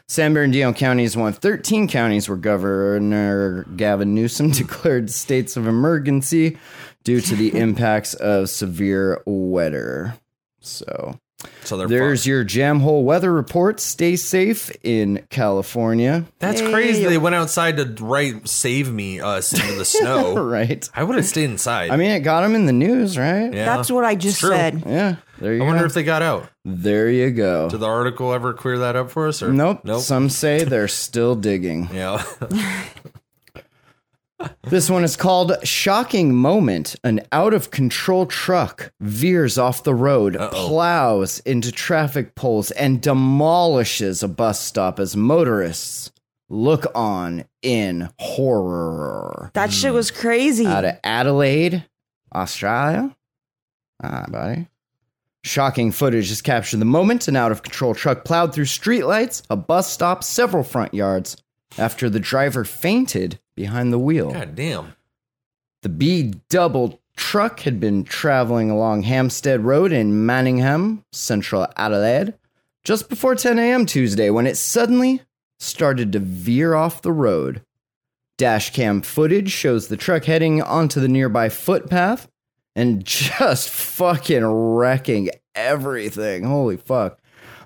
Speaker 5: San Bernardino County is one of 13 counties where Governor Gavin Newsom declared states of emergency due to the impacts of severe weather. So,
Speaker 7: So they're
Speaker 5: there's
Speaker 7: fucked.
Speaker 5: your jam hole weather report. Stay safe in California.
Speaker 7: That's crazy. They went outside to write "Save Me" us into the snow.
Speaker 5: right.
Speaker 7: I would have stayed inside.
Speaker 5: I mean, it got him in the news, right?
Speaker 7: Yeah.
Speaker 6: That's what I
Speaker 7: It's
Speaker 6: just
Speaker 7: true.
Speaker 6: said.
Speaker 5: Yeah. There you
Speaker 7: I
Speaker 5: go.
Speaker 7: wonder if they got out.
Speaker 5: there you go.
Speaker 7: Did the article ever clear that up for us? Or
Speaker 5: Nope.
Speaker 7: Nope.
Speaker 5: Some say they're still digging.
Speaker 7: yeah.
Speaker 5: This one is called Shocking Moment. An out of control truck veers off the road, plows into traffic poles, and demolishes a bus stop as motorists look on in horror.
Speaker 6: That shit was crazy.
Speaker 5: out of Adelaide, Australia. Ah, buddy. Shocking footage has captured the moment an out of control truck plowed through streetlights, a bus stop, several front yards after the driver fainted behind the wheel.
Speaker 7: God damn.
Speaker 5: The B double truck had been traveling along Hampstead Road in Manningham, central Adelaide, just before 10 a.m. Tuesday when it suddenly started to veer off the road. Dash cam footage shows the truck heading onto the nearby footpath and just fucking wrecking everything. Holy fuck.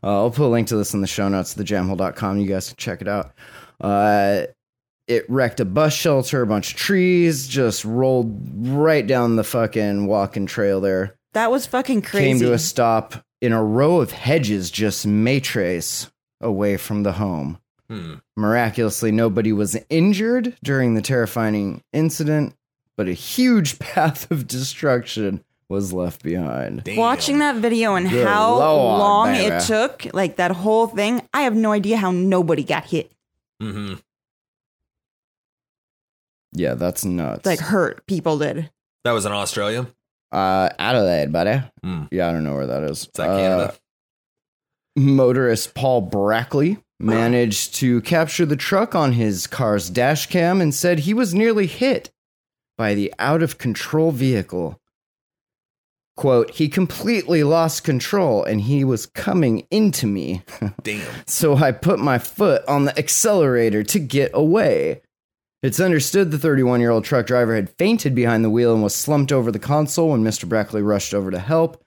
Speaker 5: Uh, I'll put a link to this in the show notes, thejamhole.com. You guys can check it out. Uh, it wrecked a bus shelter, a bunch of trees, just rolled right down the fucking walking trail there.
Speaker 6: that was fucking crazy.
Speaker 5: Came to a stop in a row of hedges just matrace away from the home.
Speaker 7: Hmm.
Speaker 5: Miraculously, nobody was injured during the terrifying incident, but a huge path of destruction was left behind.
Speaker 7: Damn.
Speaker 6: Watching that video and
Speaker 5: Good
Speaker 6: how
Speaker 5: Lord,
Speaker 6: long
Speaker 5: baby.
Speaker 6: it took, like that whole thing, I have no idea how nobody got hit,
Speaker 7: hmm
Speaker 5: Yeah, that's nuts.
Speaker 6: like hurt. People did.
Speaker 7: That was in Australia.
Speaker 5: uh, Adelaide, buddy.
Speaker 7: Hmm.
Speaker 5: Yeah, I don't know where that is.
Speaker 7: Is that
Speaker 5: Uh,
Speaker 7: Canada?
Speaker 5: motorist Paul Brackley managed to capture the truck on his car's dash cam and said he was nearly hit by the out of control vehicle. Quote, he completely lost control and he was coming into me.
Speaker 7: Damn.
Speaker 5: So I put my foot on the accelerator to get away. It's understood the 31 year old truck driver had fainted behind the wheel and was slumped over the console when Mr. Brackley rushed over to help.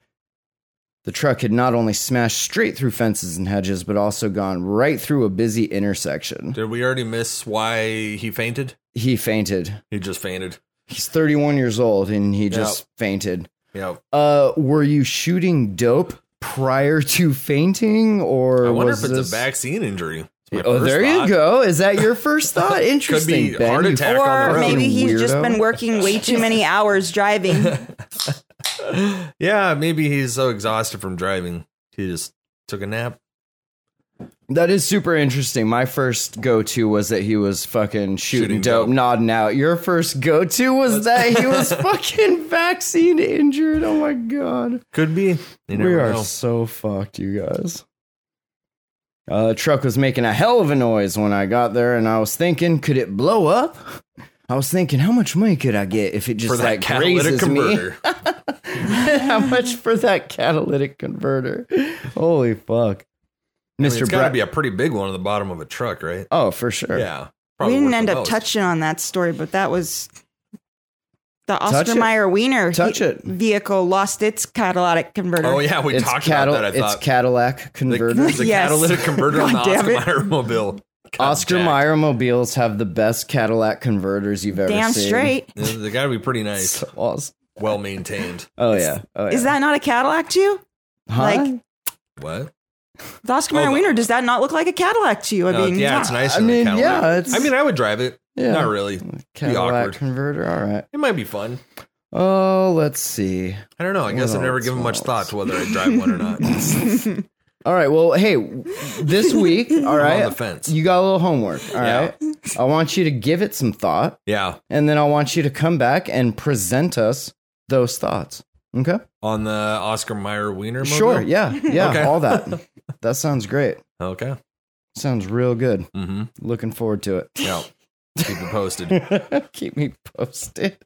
Speaker 5: The truck had not only smashed straight through fences and hedges, but also gone right through a busy intersection.
Speaker 7: Did we already miss why he fainted?
Speaker 5: He fainted.
Speaker 7: He just fainted.
Speaker 5: He's 31 years old and he just fainted.
Speaker 7: Yeah.
Speaker 5: Uh, were you shooting dope prior to fainting, or
Speaker 7: I wonder if
Speaker 5: was
Speaker 7: it's
Speaker 5: this-
Speaker 7: a vaccine injury. It's my
Speaker 5: Oh,
Speaker 7: first
Speaker 5: there
Speaker 7: thought.
Speaker 5: you go. Is that your first thought? Interesting.
Speaker 7: be
Speaker 5: ben.
Speaker 7: heart
Speaker 5: You
Speaker 7: attack on the
Speaker 6: Or
Speaker 7: road.
Speaker 5: fucking
Speaker 6: maybe he's just
Speaker 5: weirdo.
Speaker 6: been working way too many hours driving.
Speaker 7: Yeah, maybe he's so exhausted from driving, he just took a nap.
Speaker 5: That is super interesting. My first go to was that he was fucking shooting,
Speaker 7: Shooting
Speaker 5: dope,
Speaker 7: dope.
Speaker 5: nodding out. Your first go to was that he was fucking vaccine injured. Oh my god.
Speaker 7: Could be. You
Speaker 5: we
Speaker 7: never
Speaker 5: are
Speaker 7: know.
Speaker 5: so fucked, you guys. Uh, the truck was making a hell of a noise when I got there, and I was thinking, could it blow up? I was thinking, how much money could I get if it just
Speaker 7: for that
Speaker 5: like
Speaker 7: catalytic
Speaker 5: grazes me?
Speaker 7: converter.
Speaker 5: How much for that catalytic converter? Holy fuck.
Speaker 7: I mean,
Speaker 5: Mr.
Speaker 7: it's got to
Speaker 5: Bra-
Speaker 7: be a pretty big one on the bottom of a truck, right?
Speaker 5: oh, for sure.
Speaker 7: Yeah.
Speaker 6: we
Speaker 7: worth
Speaker 6: didn't
Speaker 7: the
Speaker 6: end up
Speaker 7: most.
Speaker 6: touching on that story, but that was The
Speaker 5: Touch it.
Speaker 6: Ostermeyer Wiener
Speaker 5: Touch it.
Speaker 6: vehicle lost its catalytic converter.
Speaker 7: Oh yeah, we
Speaker 5: it's
Speaker 7: talked
Speaker 5: Catal-
Speaker 7: about that. I
Speaker 5: it's
Speaker 7: thought
Speaker 5: Cadillac
Speaker 7: the,
Speaker 5: converters.
Speaker 7: the
Speaker 6: Yes.
Speaker 7: catalytic converter on the
Speaker 6: God damn
Speaker 7: Oscar
Speaker 6: it.
Speaker 7: Mayer mobile. God,
Speaker 5: Oscar
Speaker 7: Jack.
Speaker 5: Mayer mobiles have the best Cadillac converters you've ever
Speaker 6: Damn
Speaker 5: seen.
Speaker 6: straight.
Speaker 7: They- They got to be pretty nice,
Speaker 5: It's awesome.
Speaker 7: well maintained.
Speaker 5: Oh yeah. Oh, yeah.
Speaker 6: Is that not a Cadillac to you?
Speaker 5: Huh?
Speaker 6: like-
Speaker 7: What?
Speaker 6: The Oscar Mayer
Speaker 7: Oh, the-
Speaker 6: Wiener, does that not look like a Cadillac to you? I
Speaker 7: No,
Speaker 6: mean,
Speaker 7: Uh, yeah, it's nicer.
Speaker 5: I
Speaker 7: than a
Speaker 5: mean,
Speaker 7: Cadillac.
Speaker 5: yeah, it's-
Speaker 7: I mean, I would drive it.
Speaker 5: Yeah.
Speaker 7: Not really.
Speaker 5: Cadillac
Speaker 7: awkward.
Speaker 5: converter. All right.
Speaker 7: It might be fun.
Speaker 5: Oh, let's see.
Speaker 7: I don't know. I guess
Speaker 5: What
Speaker 7: I've never
Speaker 5: else?
Speaker 7: given
Speaker 5: What
Speaker 7: much
Speaker 5: else?
Speaker 7: thought to whether I drive one or not. I'm
Speaker 5: All right. Well, hey, w- this week, all
Speaker 7: on the
Speaker 5: right,
Speaker 7: fence.
Speaker 5: you got a little homework. All
Speaker 7: Yeah.
Speaker 5: right. I want you to give it some thought,
Speaker 7: yeah,
Speaker 5: and then I want you to come back and present us those thoughts. Okay.
Speaker 7: on the Oscar Mayer Wiener. Mobile?
Speaker 5: Sure. Yeah. Yeah.
Speaker 7: Okay.
Speaker 5: All that. That sounds great.
Speaker 7: Okay.
Speaker 5: Sounds real good.
Speaker 7: Mm-hmm.
Speaker 5: Looking forward to it.
Speaker 7: Yeah. Keep it posted.
Speaker 5: Keep me posted.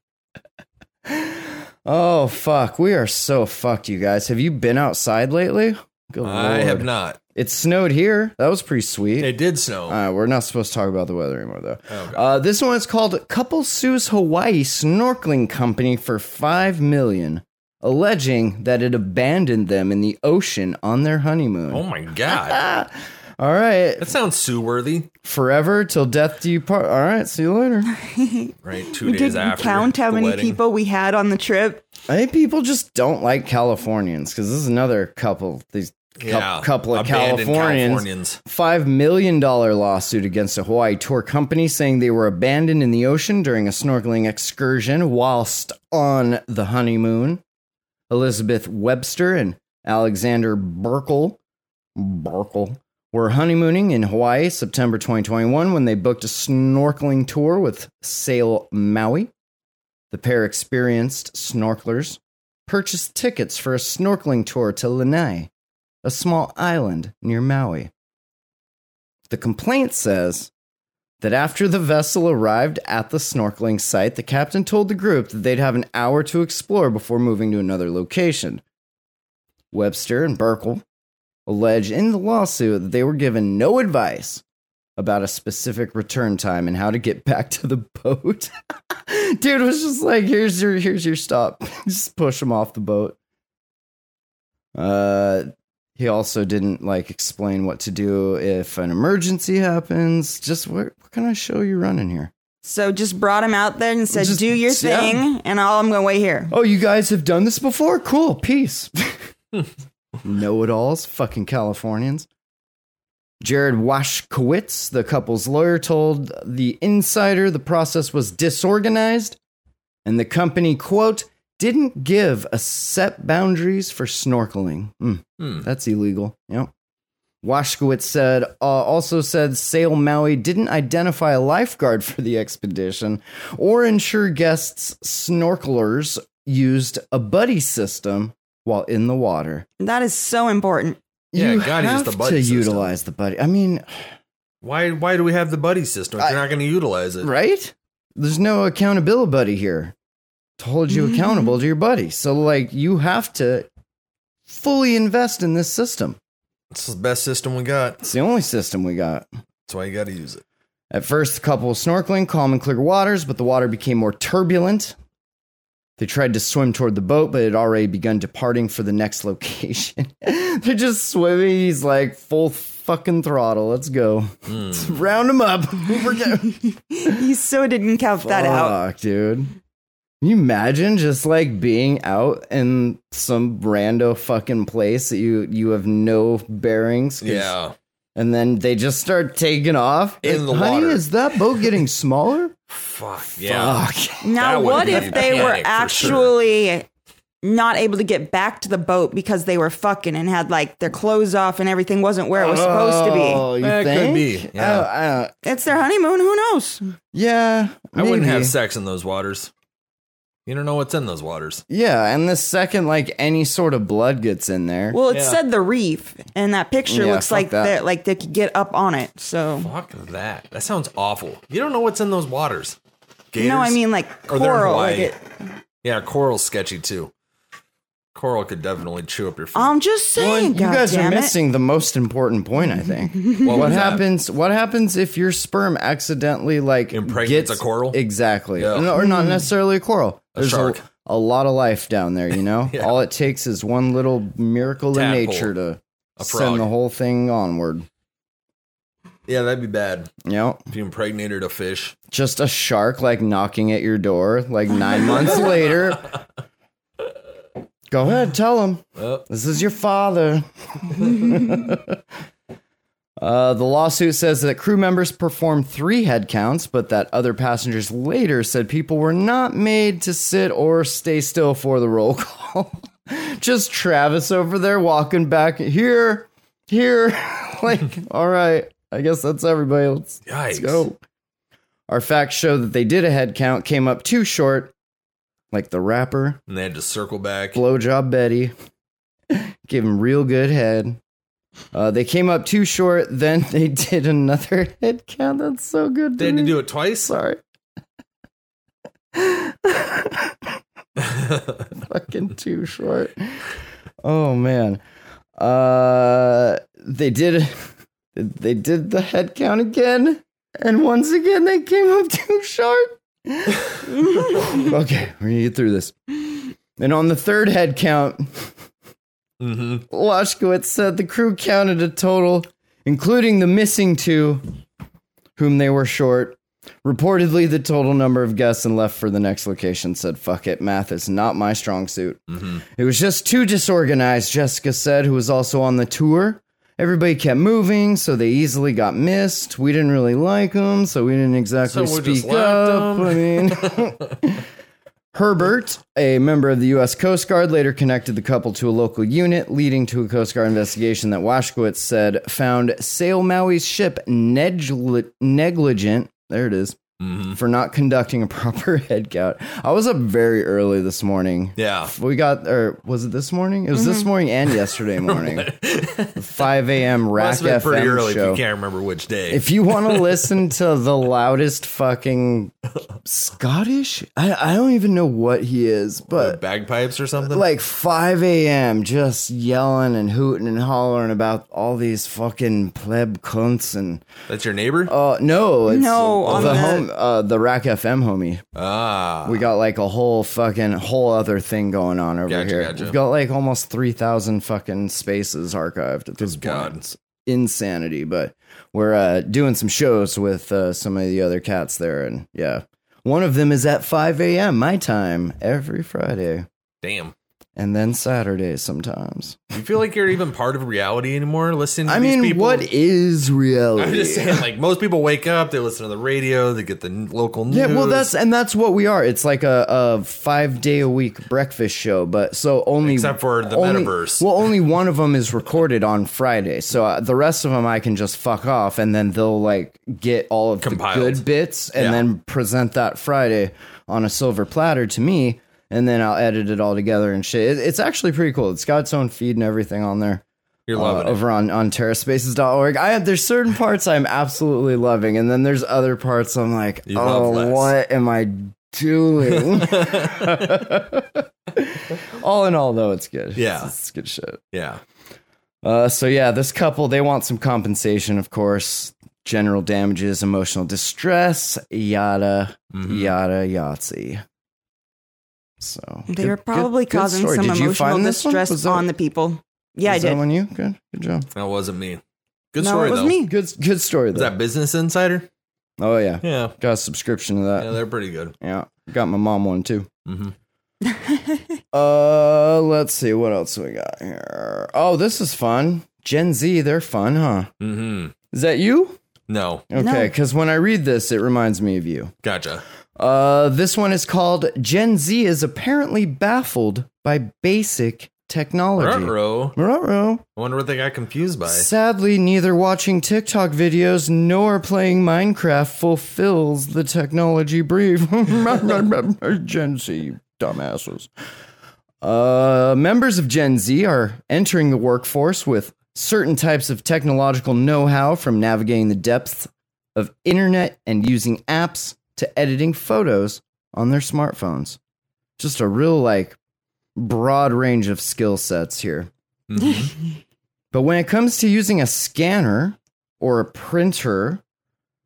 Speaker 5: Oh fuck, we are so fucked, you guys. Have you been outside lately? Good
Speaker 7: I
Speaker 5: Oh, lord.
Speaker 7: have not.
Speaker 5: It snowed here. That was pretty sweet.
Speaker 7: It did snow.
Speaker 5: Uh, we're not supposed to talk about the weather anymore, though.
Speaker 7: Oh, God.
Speaker 5: Uh, this one is called Couple Sues Hawaii Snorkeling Company for five million, alleging that it abandoned them in the ocean on their honeymoon.
Speaker 7: oh my god.
Speaker 5: All right,
Speaker 7: That sounds sue worthy.
Speaker 5: forever till death do you part. All right, see you later.
Speaker 7: Right. Two
Speaker 6: we
Speaker 7: days
Speaker 6: didn't
Speaker 7: after.
Speaker 6: count how
Speaker 7: the
Speaker 6: many
Speaker 7: wedding.
Speaker 6: people we had on the trip.
Speaker 5: I think people just don't like Californians because this is another couple. These cou-
Speaker 7: Yeah.
Speaker 5: couple of
Speaker 7: abandoned
Speaker 5: Californians.
Speaker 7: Californians.
Speaker 5: $5 million lawsuit against a Hawaii tour company saying they were abandoned in the ocean during a snorkeling excursion whilst on the honeymoon. Elizabeth Webster and Alexander Burkle, Burkle were honeymooning in Hawaii September 2021 when they booked a snorkeling tour with Sail Maui. The pair experienced snorkelers purchased tickets for a snorkeling tour to Lanai, a small island near Maui. The complaint says that after the vessel arrived at the snorkeling site, the captain told the group that they'd have an hour to explore before moving to another location. Webster and Burkle allege in the lawsuit that they were given no advice about a specific return time and how to get back to the boat. Dude was just like, here's your here's your stop. just push him off the boat. Uh he also didn't like explain what to do if an emergency happens. Just what, what kind of show you running here?
Speaker 6: So just brought him out there and said,
Speaker 5: Just-
Speaker 6: "Do your
Speaker 5: yeah.
Speaker 6: thing," and all I'm going to wait here.
Speaker 5: Oh, you guys have done this before? Cool. Peace. know it alls, fucking Californians. Jared Washkowitz, the couple's lawyer, told the insider the process was disorganized and the company, quote, didn't give a set boundaries for snorkeling. Mm.
Speaker 7: Hmm.
Speaker 5: That's illegal. Yep. Washkowitz said, uh, also said Sail Maui didn't identify a lifeguard for the expedition or ensure guests snorkelers used a buddy system while in the water.
Speaker 6: That is so important.
Speaker 7: Yeah,
Speaker 5: you
Speaker 7: gotta use
Speaker 5: have
Speaker 7: the buddy
Speaker 5: to
Speaker 7: system.
Speaker 5: utilize the buddy. I mean,
Speaker 7: Why? Why do we have the buddy system? If you're not going to utilize it.
Speaker 5: right? There's no accountability buddy here to hold you
Speaker 7: Mm-hmm.
Speaker 5: accountable to your buddy. So, like, you have to fully invest in this system.
Speaker 7: It's the best system we got.
Speaker 5: It's the only system we got.
Speaker 7: That's why you got to use it.
Speaker 5: At first, the couple was snorkeling, calm and clear waters, but the water became more turbulent. They tried to swim toward the boat, but it had already begun departing for the next location. They're just swimming. He's like full fucking throttle. Let's go.
Speaker 7: Hmm.
Speaker 5: Round him up. We're getting
Speaker 6: He so didn't count that out.
Speaker 5: Fuck, dude. Can you imagine just like being out in some rando fucking place that you you have no bearings? 'cause-
Speaker 7: Yeah.
Speaker 5: And then they just start taking off
Speaker 7: In the
Speaker 5: Honey,
Speaker 7: water.
Speaker 5: is that boat getting smaller?
Speaker 7: Fuck. Yeah.
Speaker 5: Fuck.
Speaker 6: Now,
Speaker 7: That would
Speaker 6: what
Speaker 7: be
Speaker 6: if they were
Speaker 7: panic for sure.
Speaker 6: actually not able to get back to the boat because they were fucking and had like their clothes off and everything wasn't where it was supposed to
Speaker 5: Oh, you
Speaker 7: That could
Speaker 5: think?
Speaker 7: be, yeah.
Speaker 5: Oh, I don't-
Speaker 6: be? It's their honeymoon. Who knows?
Speaker 5: yeah.
Speaker 7: I wouldn't
Speaker 5: maybe.
Speaker 7: have sex in those waters. You don't know what's in those waters.
Speaker 5: Yeah, and the second like any sort of blood gets in there.
Speaker 6: Well, it
Speaker 7: Yeah.
Speaker 6: said the reef, and that picture
Speaker 5: Yeah,
Speaker 6: looks
Speaker 5: fuck
Speaker 6: like
Speaker 5: that.
Speaker 6: that. Like they could get up on it. So
Speaker 7: Fuck that. That sounds awful. You don't know what's in those waters. Gators?
Speaker 6: no, I mean like
Speaker 7: Or they're in
Speaker 6: coral. Like
Speaker 7: Hawaii.
Speaker 6: it,
Speaker 7: yeah, coral's sketchy too. Coral could definitely chew up your food.
Speaker 6: I'm just
Speaker 5: Well,
Speaker 6: saying,
Speaker 5: you guys are
Speaker 6: goddammit.
Speaker 5: missing the most important point, I think.
Speaker 7: What
Speaker 5: what
Speaker 7: was that?
Speaker 5: happens? What happens if your sperm accidentally like
Speaker 7: Impregnates
Speaker 5: gets-
Speaker 7: a coral?
Speaker 5: Exactly,
Speaker 7: Yeah.
Speaker 5: No, or not necessarily a coral.
Speaker 7: A
Speaker 5: There's
Speaker 7: shark.
Speaker 5: A, lot of life down there, you know.
Speaker 7: Yeah.
Speaker 5: All it takes is one little miracle in
Speaker 7: Tadpole.
Speaker 5: nature to
Speaker 7: A frog.
Speaker 5: send the whole thing onward.
Speaker 7: Yeah, that'd be bad
Speaker 5: You know,
Speaker 7: if you impregnated a fish.
Speaker 5: just a shark like knocking at your door like nine months later. Go ahead, tell him.
Speaker 7: Oh,
Speaker 5: This is your father. uh, the lawsuit says that crew members performed three head counts, but that other passengers later said people were not made to sit or stay still for the roll call. Just Travis over there walking back here, here. like, all right, I guess that's everybody. Let's, let's
Speaker 7: Yikes.
Speaker 5: go. Our facts show that they did a head count, came up too short, like the rapper
Speaker 7: and they had to circle back.
Speaker 5: blowjob Betty. Give him real good head. Uh, they came up too short. Then they did another head count. That's so good.
Speaker 7: They had to do it twice.
Speaker 5: Sorry. Fucking too short. Oh man. Uh, they did. They did the head count again, and once again they came up too short. okay, we're gonna get through this. And on the third head count,
Speaker 7: hmm
Speaker 5: Washkowitz said the crew counted a total, including the missing two, whom they were short. Reportedly, the total number of guests and left for the next location said, fuck it, math is not my strong suit.
Speaker 7: Mm-hmm.
Speaker 5: It was just too disorganized, Jessica said, who was also on the tour. Everybody kept moving, so they easily got missed. We didn't really like them, so we didn't exactly
Speaker 7: So we just
Speaker 5: speak
Speaker 7: liked
Speaker 5: up.
Speaker 7: 'em.
Speaker 5: I mean, Herbert, a member of the U.S. Coast Guard, later connected the couple to a local unit, leading to a Coast Guard investigation that Washkowitz said found Sail Maui's ship negli- negligent. There it is, For not conducting a proper head count. I was up very early this morning.
Speaker 7: Yeah.
Speaker 5: We got, or was it this morning? It was this morning and yesterday morning. The 5 a.m. Rack
Speaker 7: Must Mm-hmm. have been pretty
Speaker 5: FM
Speaker 7: early
Speaker 5: show.
Speaker 7: if you can't remember which day.
Speaker 5: If you want to listen to the loudest fucking Scottish, I, I don't even know what he is,
Speaker 7: Uh,
Speaker 5: but
Speaker 7: bagpipes or something.
Speaker 5: like 5 a.m. just yelling and hooting and hollering about all these fucking pleb cunts and
Speaker 7: That's your neighbor.
Speaker 5: uh no it's
Speaker 6: No, on
Speaker 5: the
Speaker 6: the-
Speaker 5: home uh the rack fm homie
Speaker 7: ah,
Speaker 5: we got like a whole fucking whole other thing going on over
Speaker 7: Gotcha,
Speaker 5: here
Speaker 7: gotcha.
Speaker 5: we've got like almost 3000 fucking spaces archived at this
Speaker 7: God.
Speaker 5: point It's insanity but we're uh doing some shows with uh some of the other cats there and yeah one of them is at 5 a.m my time every friday
Speaker 7: damn.
Speaker 5: and then saturday sometimes
Speaker 7: You feel like you're even part of reality anymore? Listening. To
Speaker 5: I
Speaker 7: these
Speaker 5: mean,
Speaker 7: people?
Speaker 5: what is
Speaker 7: I'm
Speaker 5: reality?
Speaker 7: just saying, like most people wake up, they listen to the radio, they get the n- local news.
Speaker 5: yeah, well, that's and that's what we are. It's like a, a five day a week breakfast show, but so only
Speaker 7: Except for the
Speaker 5: only-
Speaker 7: metaverse.
Speaker 5: Well, only one of them is recorded on Friday, so uh, the rest of them I can just fuck off, and then they'll like get all of
Speaker 7: Compiled.
Speaker 5: the good bits and
Speaker 7: Yeah.
Speaker 5: then present that Friday on a silver platter to me, and then I'll edit it all together and shit. It, it's actually pretty cool. It's got its own feed and everything on there.
Speaker 7: you're
Speaker 5: uh,
Speaker 7: loving it.
Speaker 5: over on on terraspaces.org. I have there's certain parts I'm absolutely loving, and then there's other parts I'm like,
Speaker 7: You love
Speaker 5: oh,
Speaker 7: less."
Speaker 5: what am I doing? all in all, though, it's good.
Speaker 7: Yeah.
Speaker 5: it's, it's good shit.
Speaker 7: Yeah,
Speaker 5: Uh, so yeah, this couple they want some compensation, of course. General damages, emotional distress, yada
Speaker 7: Mm-hmm.
Speaker 5: yada yahtzee. So
Speaker 6: They
Speaker 5: good-
Speaker 6: were probably
Speaker 5: good- good
Speaker 6: causing
Speaker 5: story.
Speaker 6: some
Speaker 5: Did you
Speaker 6: emotional
Speaker 5: find this one?
Speaker 6: distress
Speaker 5: Was that-
Speaker 6: on the people. Yeah, I
Speaker 5: was that
Speaker 6: did.
Speaker 5: one you good? Good job.
Speaker 7: that wasn't me. Good
Speaker 6: No,
Speaker 7: story
Speaker 6: it was
Speaker 7: though.
Speaker 6: me.
Speaker 5: Good good story
Speaker 7: Is
Speaker 5: though.
Speaker 7: that Business Insider?
Speaker 5: oh yeah.
Speaker 7: Yeah,
Speaker 5: Got a subscription to that.
Speaker 7: yeah, they're pretty good.
Speaker 5: Yeah. Got my mom one too.
Speaker 7: Mm-hmm.
Speaker 5: Uh let's see what else we got here. Oh, this is fun. Gen Z, they're fun, huh?
Speaker 7: Mm-hmm.
Speaker 5: Is that you?
Speaker 7: No,
Speaker 5: Okay, because when I read this, it reminds me of you.
Speaker 7: gotcha.
Speaker 5: Uh this one is called Gen Z is apparently baffled by basic technology.
Speaker 7: Ruh-roh.
Speaker 5: Ruh-roh.
Speaker 7: I wonder what they got confused by.
Speaker 5: Sadly, neither watching TikTok videos nor playing Minecraft fulfills the technology brief. Gen Z, you dumbasses. Uh, members of Gen Z are entering the workforce with certain types of technological know how from navigating the depths of internet and using apps to editing photos on their smartphones. Just a real, like, broad range of skill sets here.
Speaker 7: Mm-hmm.
Speaker 5: But when it comes to using a scanner or a printer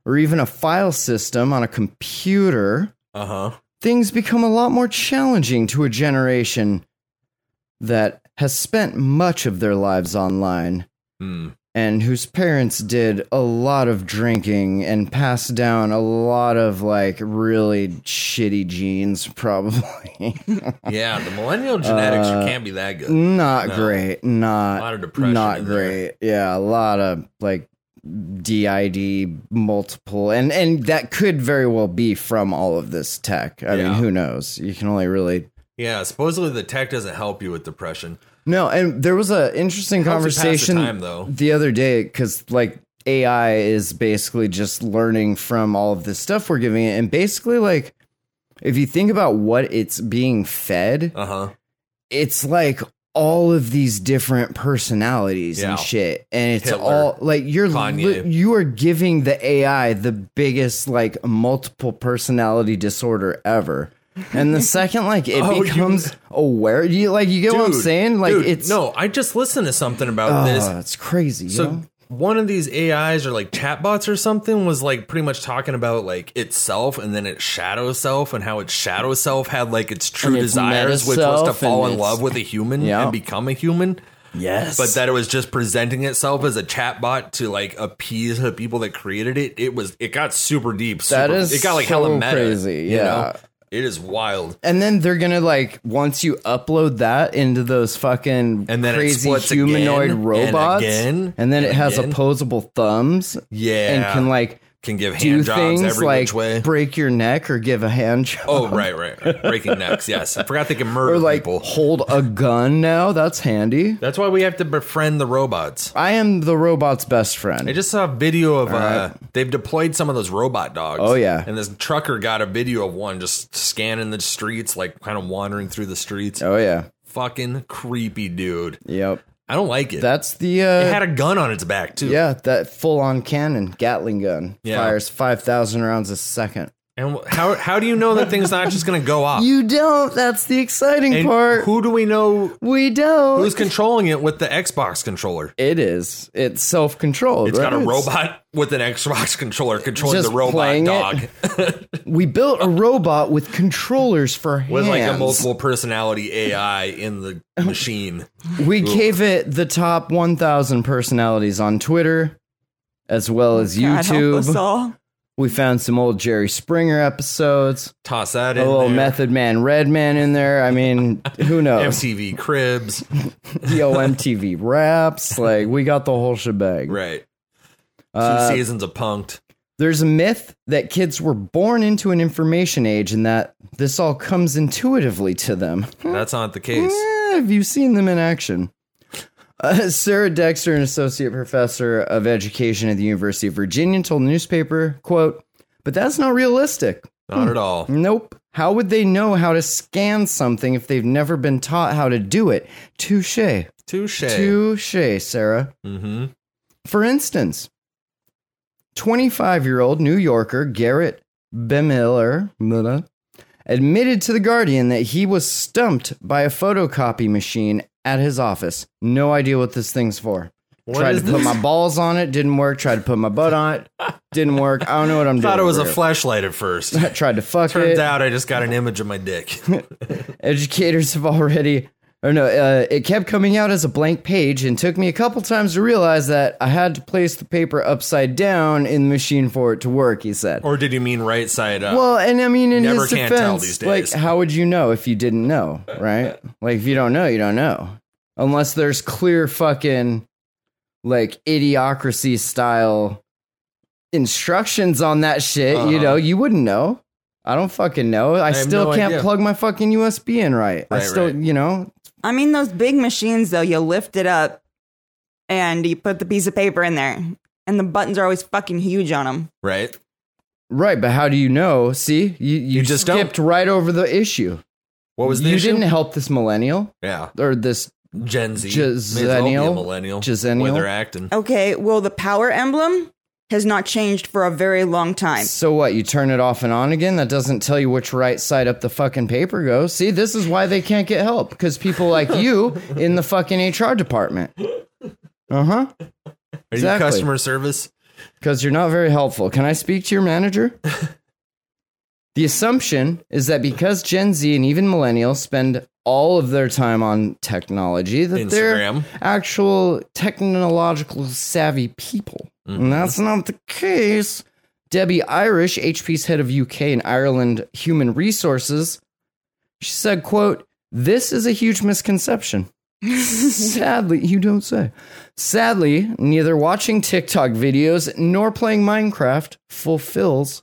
Speaker 5: or even a file system on a computer,
Speaker 7: Uh huh.
Speaker 5: things become a lot more challenging to a generation that has spent much of their lives online
Speaker 7: Mm.
Speaker 5: and whose parents did a lot of drinking and passed down a lot of like really shitty genes probably
Speaker 7: Yeah, the millennial genetics
Speaker 5: Uh,
Speaker 7: can't be that good.
Speaker 5: not
Speaker 7: No.
Speaker 5: great not
Speaker 7: A lot of depression
Speaker 5: not
Speaker 7: in there.
Speaker 5: great yeah a lot of like did multiple and and that could very well be from all of this tech i mean
Speaker 7: Yeah.
Speaker 5: who knows you can only really
Speaker 7: Yeah, supposedly the tech doesn't help you with depression.
Speaker 5: no and there was an interesting
Speaker 7: Helps you pass the
Speaker 5: conversation
Speaker 7: time, though.
Speaker 5: the other day because like ai is basically just learning from all of this stuff we're giving it and basically like if you think about what it's being fed
Speaker 7: Uh huh.
Speaker 5: it's like all of these different personalities
Speaker 7: Yeah.
Speaker 5: and shit and it's
Speaker 7: Hitler,
Speaker 5: all like you're li-
Speaker 7: Kanye.
Speaker 5: you are giving the ai the biggest like multiple personality disorder ever and the second like it
Speaker 7: Oh, you-
Speaker 5: becomes aware you like you get what i'm
Speaker 7: Dude,
Speaker 5: saying like
Speaker 7: dude,
Speaker 5: it's
Speaker 7: no. I just listened to something about
Speaker 5: Ah,
Speaker 7: this.
Speaker 5: it's crazy you
Speaker 7: So
Speaker 5: know?
Speaker 7: one of these AIs or like chatbots or something was like pretty much talking about like itself and then its shadow self and how its shadow self had like its true
Speaker 5: And its
Speaker 7: desires, which was to
Speaker 5: meta-self
Speaker 7: fall
Speaker 5: and its-
Speaker 7: in love with a human
Speaker 5: Yeah.
Speaker 7: and become a human.
Speaker 5: yes
Speaker 7: But that it was just presenting itself as a chatbot to like appease the people that created it. It was it got super deep. Super,
Speaker 5: That is
Speaker 7: it got like
Speaker 5: so
Speaker 7: hella meta.
Speaker 5: crazy,
Speaker 7: you know?
Speaker 5: yeah.
Speaker 7: it is wild.
Speaker 5: and then they're gonna like once you upload that into those fucking
Speaker 7: And then it
Speaker 5: crazy
Speaker 7: splits again,
Speaker 5: humanoid
Speaker 7: and
Speaker 5: robots,
Speaker 7: again,
Speaker 5: and then
Speaker 7: and
Speaker 5: it has
Speaker 7: again.
Speaker 5: opposable thumbs,
Speaker 7: Yeah,
Speaker 5: and can like
Speaker 7: can give hand
Speaker 5: do
Speaker 7: jobs
Speaker 5: things
Speaker 7: every
Speaker 5: like
Speaker 7: which way.
Speaker 5: break your neck or give a hand job,
Speaker 7: Oh right, right, right. breaking necks. Yes, I forgot they can murder
Speaker 5: or like
Speaker 7: Oh, people.
Speaker 5: hold a gun. Now that's handy.
Speaker 7: That's why we have to befriend the robots.
Speaker 5: I am the robot's best friend.
Speaker 7: I just saw a video of uh, they've deployed some of those robot dogs.
Speaker 5: Oh, yeah.
Speaker 7: and this trucker got a video of one just scanning the streets, like kind of wandering through the streets.
Speaker 5: oh yeah,
Speaker 7: Fucking creepy, dude.
Speaker 5: yep.
Speaker 7: I don't like it.
Speaker 5: That's the
Speaker 7: it
Speaker 5: uh,
Speaker 7: had a gun on its back too.
Speaker 5: yeah that full on cannon Gatling gun
Speaker 7: Yeah.
Speaker 5: fires five thousand rounds a second.
Speaker 7: And wh- how how do you know that thing's not just gonna go off?
Speaker 5: You don't. That's the exciting
Speaker 7: Ah. and
Speaker 5: part.
Speaker 7: who do we know
Speaker 5: we don't.
Speaker 7: who's controlling it with the Xbox controller?
Speaker 5: It is. It's self controlled.
Speaker 7: It's
Speaker 5: right?
Speaker 7: got a robot with an Xbox controller controlling
Speaker 5: Just
Speaker 7: the robot
Speaker 5: playing it.
Speaker 7: dog.
Speaker 5: We built a robot with controllers for hands.
Speaker 7: with like a multiple personality AI in the machine.
Speaker 5: We gave it the top 1,000 personalities on Twitter, as well as
Speaker 6: God help us
Speaker 5: YouTube.
Speaker 6: all.
Speaker 5: We found some old Jerry Springer episodes,
Speaker 7: Toss that
Speaker 5: a
Speaker 7: in
Speaker 5: little
Speaker 7: there.
Speaker 5: Method Man, Redman in there. I mean, who knows?
Speaker 7: MTV Cribs,
Speaker 5: Yo, MTV raps. Like we got the whole shebang.
Speaker 7: right? Two
Speaker 5: Uh,
Speaker 7: seasons of Punked.
Speaker 5: There's a myth that kids were born into an information age and that this all comes intuitively to them.
Speaker 7: That's not the case.
Speaker 5: Eh, have you seen them in action? Uh, Sarah Dexter, an associate professor of education at the University of Virginia, told the newspaper, "quote But that's not realistic.
Speaker 7: Not at all.
Speaker 5: Nope. How would they know how to scan something if they've never been taught how to do it? Touche,
Speaker 7: Touche.
Speaker 5: touche, Sarah.
Speaker 7: mm-hmm.
Speaker 5: For instance, 25 year old New Yorker Garrett Bemiller Miller, admitted to The Guardian that he was stumped by a photocopy machine at his office. No idea what this thing's for. tried to
Speaker 7: is
Speaker 5: put
Speaker 7: this?
Speaker 5: my balls on it, didn't work. Tried to put my butt on it, didn't work. I don't know what I'm
Speaker 7: Thought it
Speaker 5: doing.
Speaker 7: was a
Speaker 5: over
Speaker 7: flashlight at first.
Speaker 5: here. tried to fuck it.
Speaker 7: Turns out I just got an image of my dick.
Speaker 5: Educators have already. Or no, uh, it kept coming out as a blank page and took me a couple times to realize that I had to place the paper upside down in the machine for it to work, he said.
Speaker 7: or did you mean right side up?
Speaker 5: Well, and I mean, in
Speaker 7: Never
Speaker 5: his
Speaker 7: can tell
Speaker 5: defense,
Speaker 7: these
Speaker 5: like,
Speaker 7: days.
Speaker 5: how would you know if you didn't know, right? like, if you don't know, you don't know, unless there's clear fucking like idiocracy style instructions on that shit. You
Speaker 7: Uh-huh.
Speaker 5: know, you wouldn't know. I don't fucking know. I,
Speaker 7: have
Speaker 5: still
Speaker 7: no
Speaker 5: can't
Speaker 7: idea.
Speaker 5: plug my fucking USB in right. I
Speaker 7: Right,
Speaker 5: still,
Speaker 7: right.
Speaker 5: you know,
Speaker 6: I mean, those big machines, though, you lift it up and you put the piece of paper in there, and the buttons are always fucking huge on them.
Speaker 7: right?
Speaker 5: right. But how do you know? See, you you,
Speaker 7: You just don't.
Speaker 5: skipped right over the issue.
Speaker 7: What was the
Speaker 5: you
Speaker 7: issue?
Speaker 5: didn't help this millennial
Speaker 7: yeah,
Speaker 5: or this
Speaker 7: Gen Z,
Speaker 5: Jazenial?
Speaker 7: May as well be a millennial,
Speaker 5: Jazenial?
Speaker 7: where they're acting.
Speaker 6: Okay, well, the power emblem has not changed for a very long time.
Speaker 5: So what? You turn it off and on again? That doesn't tell you which right side up the fucking paper goes. See, this is why they can't get help because people like you in the fucking HR department. Uh huh.
Speaker 7: Are
Speaker 5: Exactly.
Speaker 7: you customer service?
Speaker 5: Because you're not very helpful. Can I speak to your manager? the assumption is that because Gen Z and even millennials spend all of their time on technology, that
Speaker 7: Instagram.
Speaker 5: they're actual technological savvy people. And that's not the case. Debbie Irish, HP's head of UK and Ireland human resources, she said, quote, this is a huge misconception. Sadly, you don't say. Sadly, neither watching TikTok videos nor playing Minecraft fulfills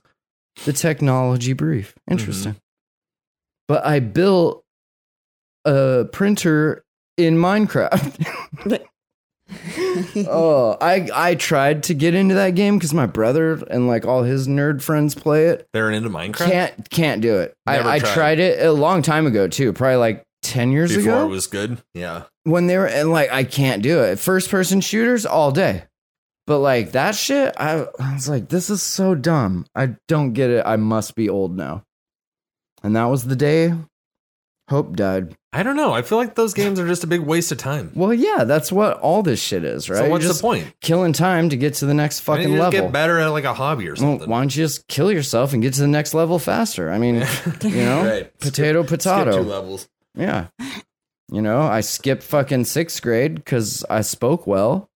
Speaker 5: the technology brief.
Speaker 7: Mm-hmm.
Speaker 5: Interesting. But I built a printer in Minecraft. oh, I I tried to get into that game because my brother and like all his nerd friends play it.
Speaker 7: They're into Minecraft
Speaker 5: Can't can't do it.
Speaker 7: Never
Speaker 5: I, I
Speaker 7: tried.
Speaker 5: tried it a long time ago too, probably like ten years
Speaker 7: before
Speaker 5: ago
Speaker 7: it was good. Yeah.
Speaker 5: when they were and like I can't do it. First person shooters all day. But like that shit, I, I was like, this is so dumb. I don't get it. I must be old now. And that was the day Hope died.
Speaker 7: I don't know. I feel like those games are just a big waste of time.
Speaker 5: Well, yeah, that's what all this shit is, right?
Speaker 7: So
Speaker 5: You're
Speaker 7: what's
Speaker 5: just
Speaker 7: the point?
Speaker 5: Killing time to get to the next
Speaker 7: Why don't
Speaker 5: fucking
Speaker 7: you just
Speaker 5: level.
Speaker 7: Get better at like a hobby or
Speaker 5: Well,
Speaker 7: something.
Speaker 5: why don't you just kill yourself and get to the next level faster? I mean, you know,
Speaker 7: Right.
Speaker 5: potato, potato.
Speaker 7: Skip two levels.
Speaker 5: Yeah. You know, I skipped fucking sixth grade because I spoke well.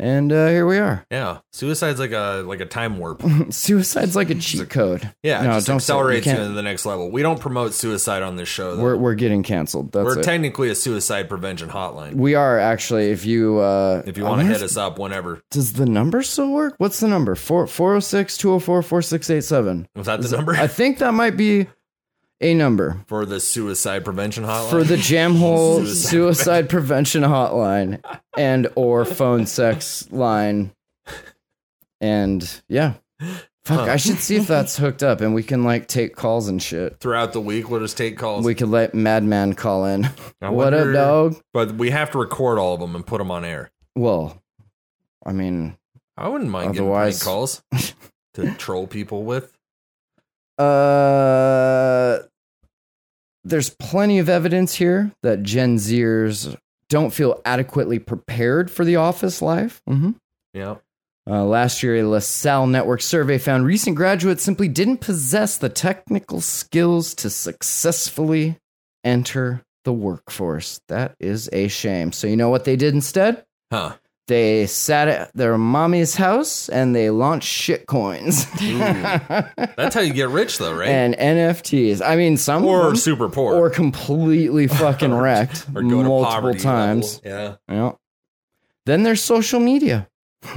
Speaker 5: And uh, here we are.
Speaker 7: Yeah. Suicide's like a like a time warp.
Speaker 5: Suicide's like a cheat code.
Speaker 7: Yeah.
Speaker 5: no,
Speaker 7: just
Speaker 5: don't say-
Speaker 7: accelerates you
Speaker 5: can't-
Speaker 7: into the next level. We don't promote suicide on this show. Though.
Speaker 5: We're, we're getting canceled. That's
Speaker 7: uh, We're
Speaker 5: it.
Speaker 7: technically a suicide prevention hotline.
Speaker 5: we are actually. If you uh,
Speaker 7: if you
Speaker 5: I
Speaker 7: want to
Speaker 5: wonder
Speaker 7: hit
Speaker 5: if-
Speaker 7: us up whenever.
Speaker 5: does the number still work? What's the number? Four four zero six two zero four four six eight seven.
Speaker 7: Was that the number?
Speaker 5: I think that might be a number.
Speaker 7: for the suicide prevention hotline?
Speaker 5: for the jam hole
Speaker 7: Suicide
Speaker 5: suicide prevention hotline and or phone sex line and yeah fuck i should see if that's hooked up and we can like take calls and shit
Speaker 7: Throughout the week, we'll just take calls.
Speaker 5: we could let madman call in
Speaker 7: I
Speaker 5: what up
Speaker 7: wonder-
Speaker 5: dog
Speaker 7: But we have to record all of them and put them on air.
Speaker 5: well i mean
Speaker 7: I wouldn't mind getting
Speaker 5: Otherwise-
Speaker 7: prank calls to troll people with.
Speaker 5: uh there's plenty of evidence here that gen zers don't feel adequately prepared for the office life mm-hmm
Speaker 7: Yeah.
Speaker 5: Uh, last year, a LaSalle Network survey found recent graduates simply didn't possess the technical skills to successfully enter the workforce. That is a shame. So, you know what they did instead?
Speaker 7: Huh.
Speaker 5: They sat at their mommy's house and they launched shit coins
Speaker 7: That's how you get rich, though, right?
Speaker 5: and NFTs. I mean, some
Speaker 7: or
Speaker 5: of them,
Speaker 7: super poor.
Speaker 5: or completely fucking wrecked
Speaker 7: Or go to
Speaker 5: multiple
Speaker 7: poverty
Speaker 5: times.
Speaker 7: level.
Speaker 5: Yeah. Then there's social media.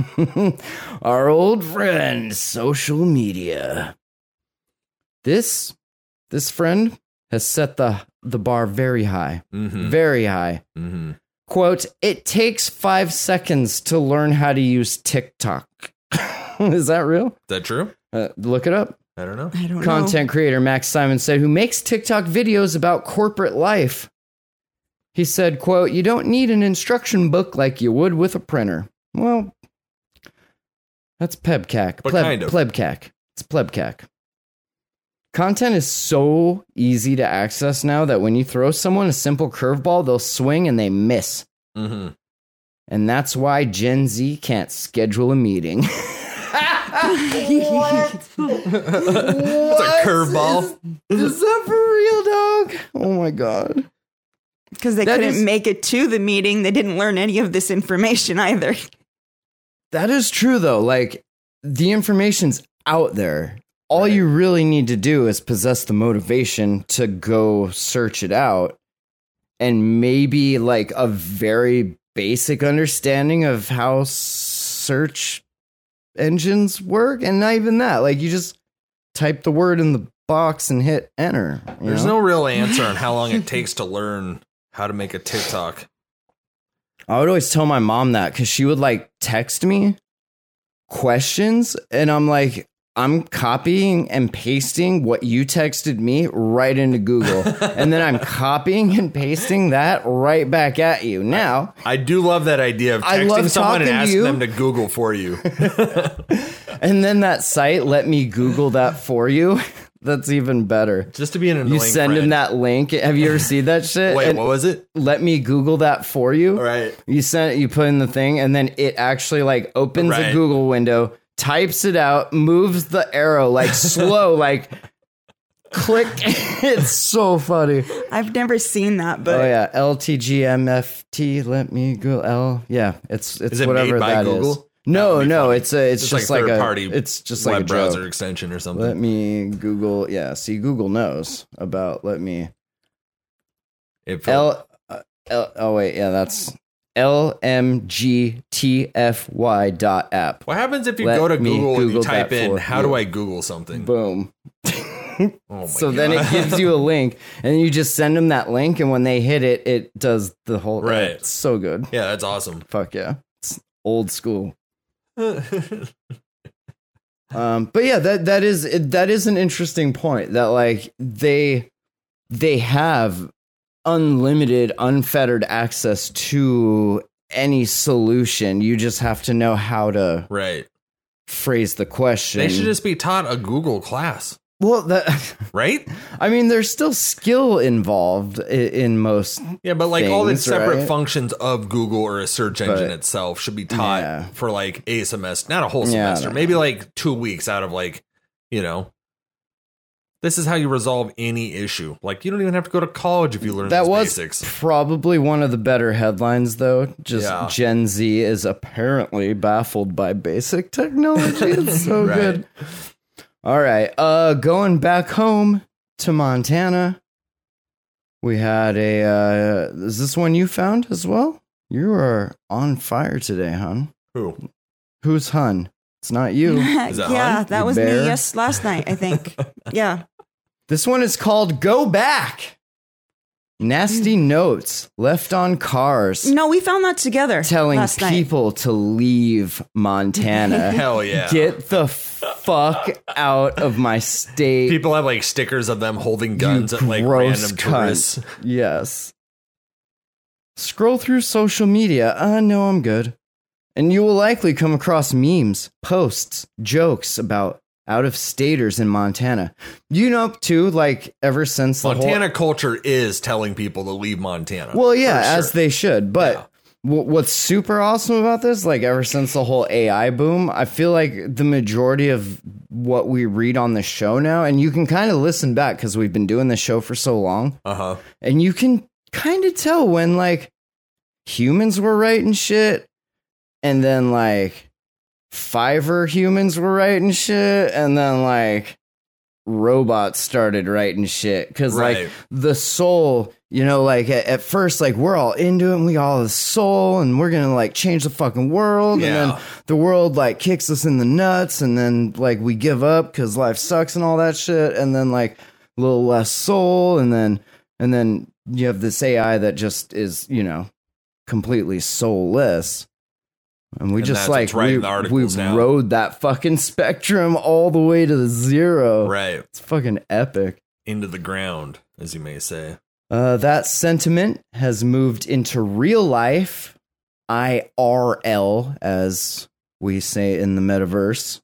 Speaker 5: Our old friend, social media. This this friend has set the the bar very high.
Speaker 7: Yeah. Mm-hmm.
Speaker 5: Very high.
Speaker 7: mm-hmm.
Speaker 5: Quote, it takes five seconds to learn how to use TikTok. Is that real?
Speaker 7: Is that true?
Speaker 5: Uh, look it up.
Speaker 7: I don't know.
Speaker 6: I don't know.
Speaker 5: Content creator Max Simon said, who makes TikTok videos about corporate life. He said, quote, you don't need an instruction book like you would with a printer. Well, that's pebcac.
Speaker 7: But
Speaker 5: pleb,
Speaker 7: kind of.
Speaker 5: Plebcac. It's plebcac. Content is so easy to access now that when you throw someone a simple curveball, they'll swing and they miss.
Speaker 7: Mm-hmm.
Speaker 5: And that's why Gen Z can't schedule a meeting.
Speaker 7: It's a curveball.
Speaker 5: Is that for real, dog? Oh my god.
Speaker 6: Because they
Speaker 5: That
Speaker 6: couldn't
Speaker 5: is-
Speaker 6: make it to the meeting. They didn't learn any of this information either.
Speaker 5: That is true though. Like the information's out there. All you really need to do is possess the motivation to go search it out and maybe like a very basic understanding of how search engines work and not even that. Like you just type the word in the box and hit enter. you
Speaker 7: There's
Speaker 5: know?
Speaker 7: no real answer on how long it takes to learn how to make a TikTok.
Speaker 5: I would always tell my mom that because she would like text me questions, and I'm like, I'm copying and pasting what you texted me right into Google. and then I'm copying and pasting that right back at you. Now,
Speaker 7: I do love that idea of
Speaker 5: I
Speaker 7: texting
Speaker 5: love
Speaker 7: someone and
Speaker 5: talking to
Speaker 7: asking
Speaker 5: you.
Speaker 7: them to Google for you.
Speaker 5: and then that site let me Google that for you. That's even better.
Speaker 7: Just to be an annoying
Speaker 5: You send
Speaker 7: friend.
Speaker 5: him that link. Have you ever seen that shit?
Speaker 7: Wait,
Speaker 5: And
Speaker 7: what was it?
Speaker 5: let me Google that for you.
Speaker 7: Right.
Speaker 5: You send it, you put in the thing, and then it actually like opens
Speaker 7: Right.
Speaker 5: a Google window, types it out, moves the arrow like slow, like click. it's so funny.
Speaker 6: I've never seen that, but
Speaker 5: Oh yeah, LTGMFT. Let me go L. Yeah, it's it's
Speaker 7: Is it
Speaker 5: whatever
Speaker 7: made by
Speaker 5: that is.
Speaker 7: Google? That
Speaker 5: No,
Speaker 7: would be
Speaker 5: no,
Speaker 7: funny.
Speaker 5: it's a it's
Speaker 7: Just
Speaker 5: just,
Speaker 7: like
Speaker 5: like, a
Speaker 7: third-party
Speaker 5: It's just like
Speaker 7: Web
Speaker 5: a
Speaker 7: browser
Speaker 5: joke.
Speaker 7: extension or something.
Speaker 5: Let me Google. Yeah, see, Google knows about. Let me.
Speaker 7: It felt-
Speaker 5: L, uh, L oh wait, yeah, that's L M G T F Y dot app.
Speaker 7: what happens if you
Speaker 5: Let
Speaker 7: go to
Speaker 5: me
Speaker 7: Google, and you
Speaker 5: Google
Speaker 7: type
Speaker 5: that
Speaker 7: in
Speaker 5: for
Speaker 7: "How
Speaker 5: you."
Speaker 7: do I Google something?"
Speaker 5: Boom.
Speaker 7: Oh my
Speaker 5: so then it
Speaker 7: God.
Speaker 5: gives you a link, and then you just send them that link, and when they hit it, it does the whole
Speaker 7: Right.
Speaker 5: It's so good.
Speaker 7: yeah, that's awesome.
Speaker 5: Fuck yeah, it's old school.
Speaker 7: right.
Speaker 5: Um, but yeah, that that is that is an interesting point that like they they have unlimited, unfettered access to any solution. You just have to know how to phrase the question.
Speaker 7: They should just be taught a Google class,
Speaker 5: well, that
Speaker 7: right?
Speaker 5: I mean, there's still skill involved i- in most.
Speaker 7: Yeah, but like all the
Speaker 5: Things,
Speaker 7: separate
Speaker 5: right?
Speaker 7: functions of Google or a search engine
Speaker 5: But-
Speaker 7: itself should be taught
Speaker 5: Yeah.
Speaker 7: for like a semester, not a whole
Speaker 5: Yeah, I
Speaker 7: semester,
Speaker 5: don't
Speaker 7: maybe like two weeks out of like, you know, this is how you resolve any issue. Like you don't even have to go to college if you learn
Speaker 5: That
Speaker 7: these
Speaker 5: was
Speaker 7: basics.
Speaker 5: probably one of the better headlines, though. Just
Speaker 7: Yeah.
Speaker 5: Gen Z is apparently baffled by basic technology. It's so
Speaker 7: Right.
Speaker 5: good. All right, uh, going back home to Montana. We had a. Uh, is this one you found as well? You are on fire today, hun.
Speaker 7: Who?
Speaker 5: Who's hun? It's not you.
Speaker 7: Is that
Speaker 6: yeah,
Speaker 7: on?
Speaker 6: that
Speaker 5: You
Speaker 6: was
Speaker 5: bear?
Speaker 6: me. Yes, last night I think. yeah,
Speaker 5: This one is called Go Back.
Speaker 6: Mm.
Speaker 5: Nasty notes left on cars
Speaker 6: no, we found that together.
Speaker 5: telling
Speaker 6: Mm. last night.
Speaker 5: people to leave Montana.
Speaker 7: Hell yeah.
Speaker 5: Get the fuck out of my state.
Speaker 7: People have like stickers of them holding
Speaker 5: you
Speaker 7: guns at like
Speaker 5: gross
Speaker 7: random
Speaker 5: cunt.
Speaker 7: tourists.
Speaker 5: Yes. Scroll through social media. Uh, no, I'm good. And you will likely come across memes, posts, jokes about out of staters in Montana. You know, too, like ever since the whole
Speaker 7: Montana culture is telling people to leave Montana.
Speaker 5: Well, yeah,
Speaker 7: for
Speaker 5: as
Speaker 7: sure.
Speaker 5: they should. But
Speaker 7: Yeah.
Speaker 5: wh- what's super awesome about this, like ever since the whole AI boom, I feel like the majority of what we read on the show now, and you can kind of listen back because we've been doing the show for so long,
Speaker 7: Uh-huh.
Speaker 5: and you can kind of tell when like humans were writing shit, and then like Fiverr humans were writing shit, and then like robots started writing shit because
Speaker 7: Right.
Speaker 5: like the soul you know like at, at first like we're all into it and we all have the soul and we're gonna like change the fucking world and
Speaker 7: Yeah.
Speaker 5: then the world like kicks us in the nuts and then like we give up because life sucks and all that shit and then like a little less soul and then and then you have this ai that just is you know completely soulless and we
Speaker 7: And
Speaker 5: just
Speaker 7: that's
Speaker 5: like
Speaker 7: what's right
Speaker 5: we,
Speaker 7: in the articles
Speaker 5: we
Speaker 7: now.
Speaker 5: rode that fucking spectrum all the way to the zero.
Speaker 7: Right.
Speaker 5: It's fucking epic.
Speaker 7: Into the ground, as you may say.
Speaker 5: Uh, that sentiment has moved into real life, IRL, as we say in the metaverse,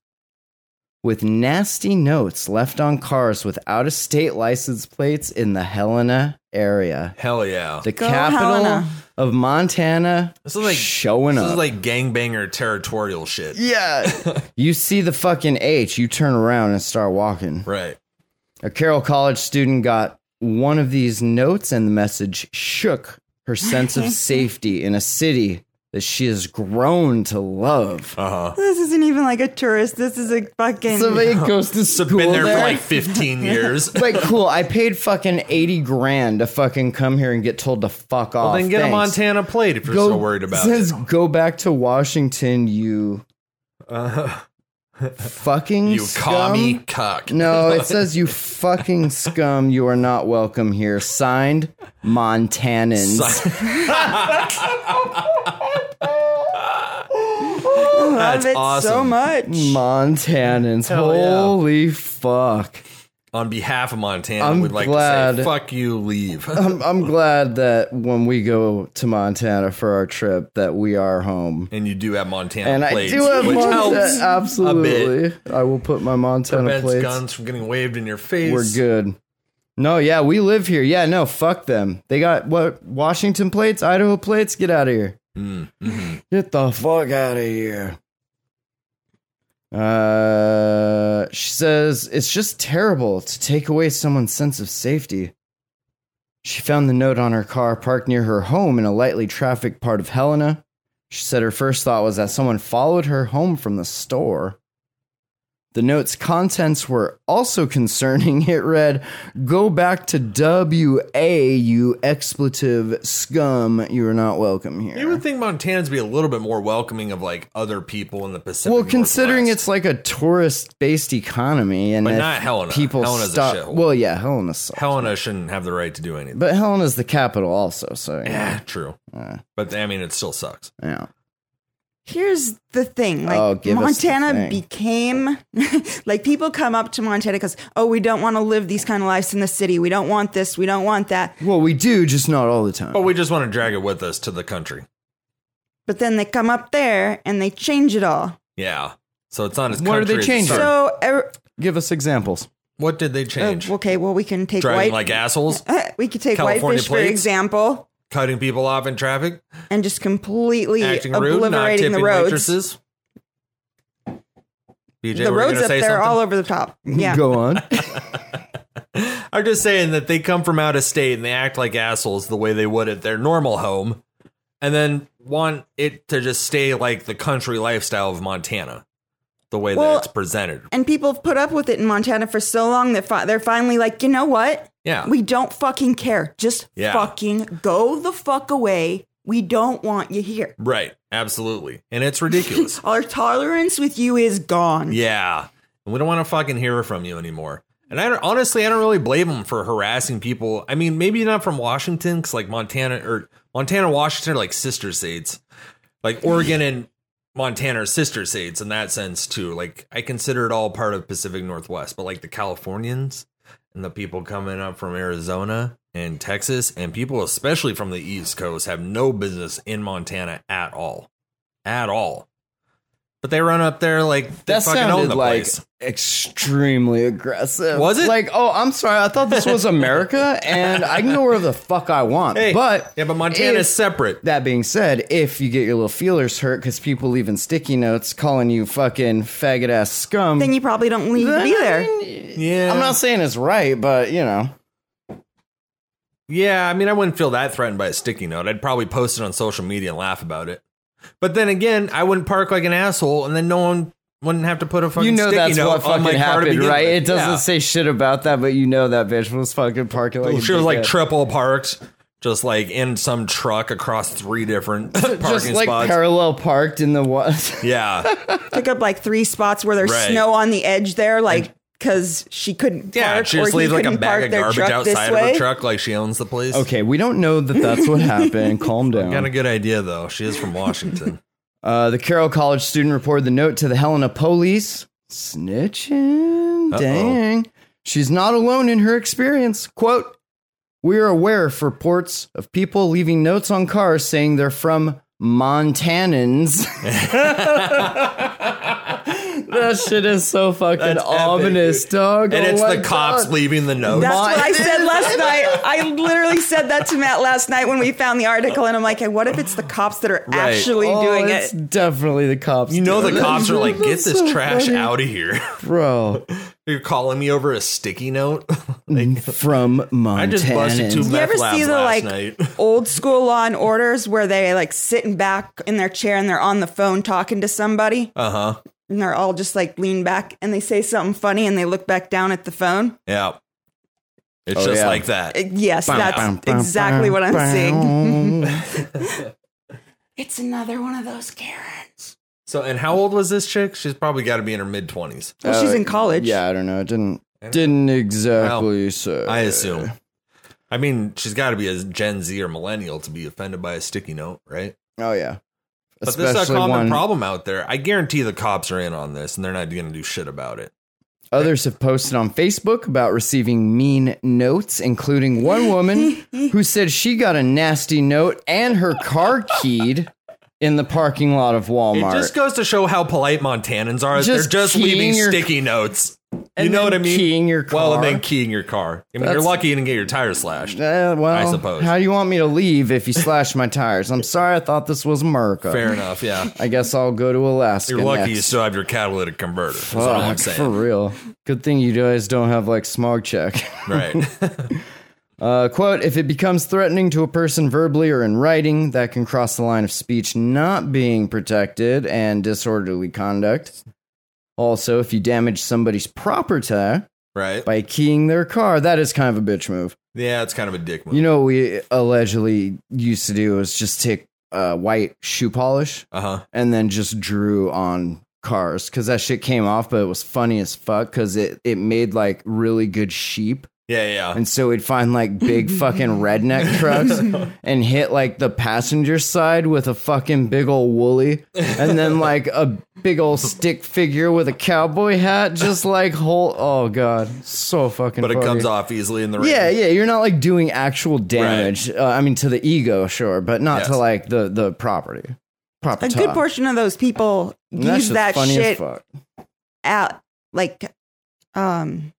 Speaker 5: with nasty notes left on cars with out of state license plates in the Helena area.
Speaker 7: Hell yeah.
Speaker 5: The
Speaker 6: Go
Speaker 5: capital
Speaker 6: Helena.
Speaker 5: of Montana
Speaker 7: This is like-
Speaker 5: showing
Speaker 7: This
Speaker 5: up.
Speaker 7: is like gangbanger territorial shit.
Speaker 5: Yeah. you see the fucking H, you turn around and start walking.
Speaker 7: Right.
Speaker 5: A Carroll College student got one of these notes, and the message shook her sense of safety in a city that she has grown to love.
Speaker 7: Uh huh.
Speaker 6: This isn't even like a tourist. This is a fucking.
Speaker 5: Somebody goes to
Speaker 7: So
Speaker 5: school
Speaker 7: been there,
Speaker 5: there.
Speaker 7: for like 15 years.
Speaker 5: Like, cool. I paid fucking eighty grand to fucking come here and get told to fuck off.
Speaker 7: well, then get a
Speaker 5: Oh, Thanks.
Speaker 7: Montana plate if you're
Speaker 5: Go,
Speaker 7: so worried about
Speaker 5: says,
Speaker 7: it.
Speaker 5: Go back to Washington, you
Speaker 7: Uh,
Speaker 5: fucking
Speaker 7: you
Speaker 5: scum.
Speaker 7: commie cuck.
Speaker 5: No, it says you fucking scum. You are not welcome here. Signed, Montanans.
Speaker 7: Sign-
Speaker 6: love
Speaker 7: That's
Speaker 6: it so
Speaker 7: awesome.
Speaker 6: much.
Speaker 5: Montanans.
Speaker 7: Hell yeah.
Speaker 5: Holy fuck.
Speaker 7: On behalf of Montana,
Speaker 5: I'm
Speaker 7: would like to
Speaker 5: glad-
Speaker 7: say, fuck you, leave.
Speaker 5: I'm, I'm glad that when we go to Montana for our trip that we are home.
Speaker 7: and you do have Montana
Speaker 5: And I
Speaker 7: plates,
Speaker 5: do have
Speaker 7: which
Speaker 5: Montana.
Speaker 7: helps a bit.
Speaker 5: Absolutely. I will put my Montana
Speaker 7: Prevents
Speaker 5: plates.
Speaker 7: guns from getting waved in your face.
Speaker 5: We're good. No, yeah, we live here. Yeah, no, fuck them. They got what Washington plates, Idaho plates, get out of here. Get the fuck out of here. Uh she says it's just terrible to take away someone's sense of safety. She found the note on her car parked near her home in a lightly trafficked part of Helena. She said her first thought was that someone followed her home from the store. The note's contents were also concerning. It read, Go back to WA, you expletive scum. You are not welcome here.
Speaker 7: You would think Montanans be a little bit more welcoming of like other people in the Pacific.
Speaker 5: Well, considering
Speaker 7: Northwest.
Speaker 5: it's like a tourist based economy and
Speaker 7: But
Speaker 5: if
Speaker 7: not Helena.
Speaker 5: people
Speaker 7: Helena's a
Speaker 5: stop.
Speaker 7: shithole.
Speaker 5: well, yeah, Helena's. so-
Speaker 7: Helena shouldn't have the right to do anything.
Speaker 5: But Helena's the capital also, so yeah.
Speaker 7: Yeah, true. But I mean, it still sucks.
Speaker 5: yeah.
Speaker 6: Here's the thing. Like
Speaker 5: Oh, give us the thing.
Speaker 6: Montana became like people come up to Montana because, oh, we don't want to live these kind of lives in the city. We don't want this. We don't want that.
Speaker 5: Well, we do, just not all the time.
Speaker 7: But we just want to drag it with us to the country.
Speaker 6: But then they come up there and they change it all.
Speaker 7: Yeah. So it's not as
Speaker 5: What are
Speaker 7: country
Speaker 5: they
Speaker 7: as it
Speaker 5: changing?
Speaker 7: started.
Speaker 6: So er,
Speaker 5: Give us examples.
Speaker 7: what did they
Speaker 6: uh,
Speaker 7: change?
Speaker 6: okay, well we can take white
Speaker 7: Driving like assholes,
Speaker 6: we could take
Speaker 7: California
Speaker 6: whitefish for
Speaker 7: plates?
Speaker 6: example
Speaker 7: cutting people off in traffic,
Speaker 6: and just completely
Speaker 7: acting rude, not
Speaker 6: obliterating
Speaker 7: tipping
Speaker 6: the roads.
Speaker 7: waitresses. BJ,
Speaker 6: The
Speaker 7: were you
Speaker 6: roads
Speaker 7: gonna
Speaker 6: up
Speaker 7: say
Speaker 6: there
Speaker 7: something?
Speaker 6: all over the top. Yeah.
Speaker 5: Go on.
Speaker 7: I'm just saying that they come from out of state and they act like assholes the way they would at their normal home, and then want it to just stay like the country lifestyle of Montana, the way
Speaker 6: Well-
Speaker 7: that it's presented.
Speaker 6: and people have put up with it in Montana for so long that fi- they're finally like, you know what?
Speaker 7: Yeah.
Speaker 6: We don't fucking care. Just
Speaker 7: Yeah.
Speaker 6: fucking go the fuck away. We don't want you here.
Speaker 7: right. Absolutely. And it's ridiculous.
Speaker 6: Our tolerance with you is gone.
Speaker 7: Yeah. And we don't want to fucking hear from you anymore. And I don't, honestly, I don't really blame them for harassing people. I mean, maybe not from Washington, because like Montana or Montana, Washington are like sister states. Like Oregon and Montana are sister states in that sense, too. Like I consider it all part of Pacific Northwest, but like the Californians and the people coming up from Arizona and Texas and people, especially from the East Coast, have no business in Montana at all. At all. But they run up there like they
Speaker 5: That
Speaker 7: fucking own
Speaker 5: sounded
Speaker 7: the
Speaker 5: like
Speaker 7: place.
Speaker 5: extremely aggressive.
Speaker 7: Was it?
Speaker 5: Like, oh, I'm sorry. I thought this was America and I can go wherever the fuck I want.
Speaker 7: Hey,
Speaker 5: but
Speaker 7: yeah, but Montana's
Speaker 5: if-
Speaker 7: separate.
Speaker 5: That being said, if you get your little feelers hurt because people leaving sticky notes calling you fucking faggot ass scum,
Speaker 6: Then you probably don't need to be there.
Speaker 7: Yeah,
Speaker 5: I'm not saying it's right, but you know,
Speaker 7: Yeah, I mean, I wouldn't feel that threatened by a sticky note. I'd probably post it on social media and laugh about it. But then again, I wouldn't park like an asshole, and then no one wouldn't have to put a fucking
Speaker 5: you know
Speaker 7: sticky
Speaker 5: that's
Speaker 7: note
Speaker 5: what
Speaker 7: on my
Speaker 5: fucking
Speaker 7: car to
Speaker 5: happened,
Speaker 7: begin
Speaker 5: right?
Speaker 7: with.
Speaker 5: It doesn't
Speaker 7: Yeah.
Speaker 5: say shit about that, but you know that bitch was fucking parking like a
Speaker 7: she was like
Speaker 5: dickhead.
Speaker 7: triple parked, just like in some truck across three different parking
Speaker 5: just like
Speaker 7: spots.
Speaker 5: parallel parked in the wa-
Speaker 7: yeah,
Speaker 6: Took up like three spots where there's
Speaker 7: Right.
Speaker 6: snow on the edge there, like because she couldn't
Speaker 7: yeah.
Speaker 6: park
Speaker 7: she
Speaker 6: or
Speaker 7: just
Speaker 6: he
Speaker 7: leaves like a
Speaker 6: couldn't
Speaker 7: bag
Speaker 6: park
Speaker 7: of
Speaker 6: their
Speaker 7: garbage
Speaker 6: truck this
Speaker 7: outside of
Speaker 6: way.
Speaker 7: her truck, like she owns the place.
Speaker 5: Okay, we don't know that that's what happened. Calm down.
Speaker 7: got a good idea though. She is from Washington.
Speaker 5: Uh, the Carroll College student reported the note to the Helena police. Snitching?
Speaker 7: Uh-oh.
Speaker 5: Dang. She's not alone in her experience. Quote We are aware of reports of people leaving notes on cars saying they're from Montanans. that shit is so fucking
Speaker 7: That's epic,
Speaker 5: ominous,
Speaker 7: dude.
Speaker 5: dog.
Speaker 7: and
Speaker 5: Oh
Speaker 7: it's
Speaker 5: my
Speaker 7: the cops
Speaker 5: God.
Speaker 7: leaving the note.
Speaker 6: That's
Speaker 5: Mon-
Speaker 6: what I said last night. I literally said that to Matt last night when we found the article, and I'm like, hey, what if it's the cops that are
Speaker 7: Right.
Speaker 6: actually
Speaker 5: Oh,
Speaker 6: doing
Speaker 5: it's
Speaker 6: it?
Speaker 5: definitely the cops.
Speaker 7: you know
Speaker 5: doing
Speaker 7: the
Speaker 5: it.
Speaker 7: cops are like, get
Speaker 5: That's
Speaker 7: this
Speaker 5: so
Speaker 7: trash
Speaker 5: funny,
Speaker 7: out of here.
Speaker 5: bro.
Speaker 7: You're calling me over a sticky note.
Speaker 5: From Montanans.
Speaker 7: I just busted two
Speaker 6: You
Speaker 7: meth
Speaker 6: ever
Speaker 7: labs
Speaker 6: see the like
Speaker 7: last night.
Speaker 6: old school Law and Orders where they like sitting back in their chair and they're on the phone talking to somebody,
Speaker 7: Uh huh.
Speaker 6: and they're all just like lean back and they say something funny and they look back down at the phone?
Speaker 7: Yeah. It's
Speaker 5: Oh,
Speaker 7: just
Speaker 5: yeah.
Speaker 7: like that.
Speaker 6: Uh, Yes,
Speaker 5: Bum,
Speaker 6: that's
Speaker 5: bum,
Speaker 6: exactly
Speaker 5: bum,
Speaker 6: what I'm seeing.
Speaker 5: bum.
Speaker 6: It's another one of those Karens.
Speaker 7: So, and how old was this chick? She's probably got to be in her mid twenties.
Speaker 6: Well, she's in college.
Speaker 5: Yeah, I don't know. It didn't didn't exactly say.
Speaker 7: I assume. I mean, she's got to be a Gen Z or millennial to be offended by a sticky note, right?
Speaker 5: Oh yeah.
Speaker 7: But
Speaker 5: especially
Speaker 7: this is a common
Speaker 5: one
Speaker 7: problem out there. I guarantee the cops are in on this and they're not going to do shit about it.
Speaker 5: Others have posted on Facebook about receiving mean notes, including one woman who said she got a nasty note and her car keyed in the parking lot of
Speaker 7: It
Speaker 5: Walmart.
Speaker 7: just goes to show how polite Montanans are.
Speaker 5: Just
Speaker 7: they're just
Speaker 5: keying
Speaker 7: leaving
Speaker 5: your-
Speaker 7: sticky notes. You
Speaker 5: And
Speaker 7: know
Speaker 5: then
Speaker 7: what I mean?
Speaker 5: keying your
Speaker 7: Well, and
Speaker 5: car.
Speaker 7: then keying your car. I mean, you're
Speaker 5: That's-
Speaker 7: lucky you didn't get your tire slashed.
Speaker 5: Uh, well,
Speaker 7: I suppose.
Speaker 5: How do you want me to leave if you slash my tires? I'm sorry, I thought this was America.
Speaker 7: Fair enough. Yeah.
Speaker 5: I guess I'll go to Alaska.
Speaker 7: You're lucky you
Speaker 5: next.
Speaker 7: still have your catalytic converter. That's all I'm
Speaker 5: Fuck, for
Speaker 7: saying.
Speaker 5: real. Good thing you guys don't have like smog check.
Speaker 7: Right.
Speaker 5: Uh, quote, if it becomes threatening to a person verbally or in writing, that can cross the line of speech not being protected and disorderly conduct. Also, if you damage somebody's property
Speaker 7: right.
Speaker 5: by keying their car, that is kind of a bitch move.
Speaker 7: Yeah, it's kind of a dick move.
Speaker 5: You know what we allegedly used to do is just take uh, white shoe polish
Speaker 7: uh huh.
Speaker 5: and then just drew on cars because that shit came off, but it was funny as fuck because it, it made like really good sheep.
Speaker 7: Yeah, yeah.
Speaker 5: And so we'd find like big fucking redneck trucks and hit like the passenger side with a fucking big old woolly and then like a big old stick figure with a cowboy hat, just like whole. Oh god, so fucking.
Speaker 7: But it
Speaker 5: funny.
Speaker 7: comes off easily in the rain.
Speaker 5: Yeah, yeah, you're not like doing actual damage. Uh, I mean, to the ego, sure, but not to
Speaker 7: Yes.
Speaker 5: like the the property. Proper
Speaker 6: A good portion of those people
Speaker 5: And that's
Speaker 6: use
Speaker 5: just
Speaker 6: that
Speaker 5: funny as
Speaker 6: shit
Speaker 5: fuck.
Speaker 6: out like um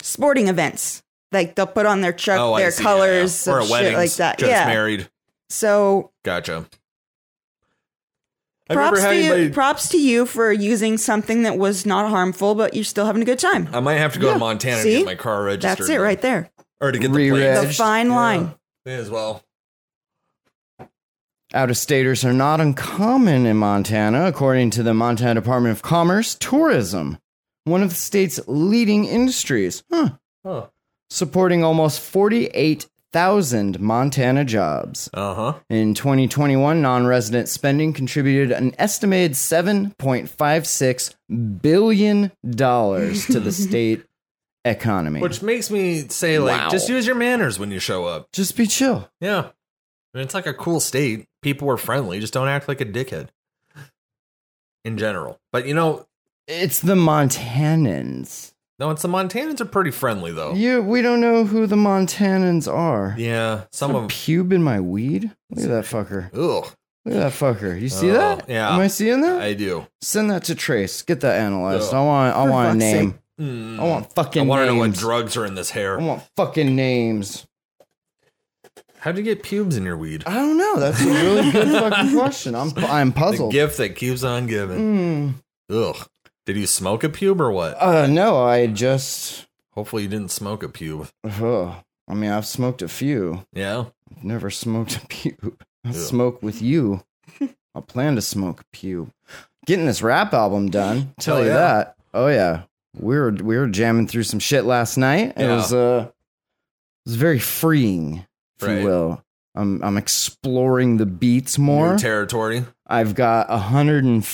Speaker 6: sporting events. Like they'll put on their truck,
Speaker 7: Oh, I
Speaker 6: their
Speaker 7: see, yeah, yeah.
Speaker 6: colors,
Speaker 7: Or
Speaker 6: or
Speaker 7: at
Speaker 6: shit
Speaker 7: weddings,
Speaker 6: like that.
Speaker 7: Just
Speaker 6: yeah.
Speaker 7: married.
Speaker 6: So
Speaker 7: Gotcha. I've never
Speaker 6: props
Speaker 7: had
Speaker 6: to you,
Speaker 7: anybody-
Speaker 6: props to you for using something that was not harmful, but you're still having a good time.
Speaker 7: I might have to go to
Speaker 6: Yeah.
Speaker 7: Montana to
Speaker 6: See?
Speaker 7: get my car registered.
Speaker 6: That's it right there.
Speaker 7: Or to get the
Speaker 5: Re-reg.
Speaker 7: plates.
Speaker 6: The
Speaker 5: Edged,
Speaker 6: fine
Speaker 7: Yeah.
Speaker 6: line.
Speaker 7: May as well.
Speaker 5: Out of staters are not uncommon in Montana, according to the Montana Department of Commerce. Tourism, one of the state's leading industries, huh.
Speaker 7: Huh.
Speaker 5: supporting almost 48,000 Montana jobs.
Speaker 7: Uh huh.
Speaker 5: In 2021, non resident spending contributed an estimated $7.56 billion to the state economy.
Speaker 7: Which makes me say, like,
Speaker 5: Wow.
Speaker 7: just use your manners when you show up.
Speaker 5: Just be chill.
Speaker 7: Yeah. I mean, it's like a cool state. People are friendly. Just don't act like a dickhead in general. But you know,
Speaker 5: It's the Montanans.
Speaker 7: no, it's the Montanans are pretty friendly, though. Yeah.
Speaker 5: You, we don't know who the Montanans are.
Speaker 7: some of them.
Speaker 5: Pube in my weed? Look at that fucker.
Speaker 7: Ugh.
Speaker 5: Look at that fucker. You see
Speaker 7: Oh,
Speaker 5: that?
Speaker 7: yeah.
Speaker 5: Am I seeing that?
Speaker 7: I do.
Speaker 5: Send that to Trace. Get that analyzed.
Speaker 7: Ugh.
Speaker 5: I want. I
Speaker 6: For
Speaker 5: want a
Speaker 6: fuck's
Speaker 5: name.
Speaker 6: sake.
Speaker 7: Mm.
Speaker 5: I want fucking.
Speaker 7: I want to know what
Speaker 5: names. Oh.
Speaker 7: drugs are in this hair.
Speaker 5: I want fucking names.
Speaker 7: How'd you get pubes in your weed?
Speaker 5: I don't know. That's a really good fucking question. I'm I'm
Speaker 7: The
Speaker 5: puzzled.
Speaker 7: gift that keeps on giving.
Speaker 5: Mm.
Speaker 7: Ugh. Did you smoke a pube or what?
Speaker 5: Uh, no, I just.
Speaker 7: Hopefully you didn't smoke a pube.
Speaker 5: Ugh. I mean, I've smoked a few.
Speaker 7: Yeah.
Speaker 5: I've never smoked a pube. I
Speaker 7: Ew.
Speaker 5: smoke with you. I plan to smoke a pube. Getting this rap album done. Tell
Speaker 7: Hell
Speaker 5: you
Speaker 7: yeah.
Speaker 5: that. Oh yeah, we were we were jamming through some shit last night. It
Speaker 7: Yeah.
Speaker 5: was uh, it was very freeing, if
Speaker 7: Right.
Speaker 5: you will. I'm I'm exploring the beats more.
Speaker 7: New territory.
Speaker 5: I've got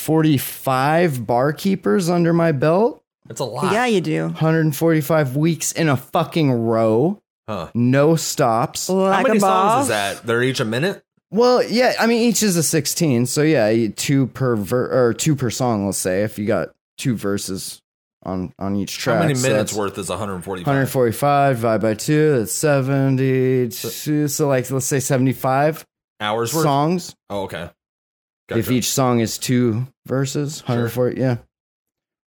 Speaker 5: 145 barkeepers under my belt,
Speaker 7: That's a lot.
Speaker 6: Yeah, you do.
Speaker 5: 145 weeks in a fucking row,
Speaker 7: Huh.
Speaker 5: no stops.
Speaker 7: How
Speaker 6: Like
Speaker 7: many
Speaker 6: a ball.
Speaker 7: songs is that? They're each a minute?
Speaker 5: Well, yeah, I mean each is a 16, so yeah, you- two per ver- or two per song, let's say, if you got two verses on on each track.
Speaker 7: How many
Speaker 5: so
Speaker 7: minutes
Speaker 5: that's
Speaker 7: worth is 145?
Speaker 5: 145 divided by 2, that's 72. So like let's say 75
Speaker 7: hours worth?
Speaker 5: songs.
Speaker 7: Oh, okay.
Speaker 5: If
Speaker 7: Gotcha.
Speaker 5: each song is two verses, 140, yeah.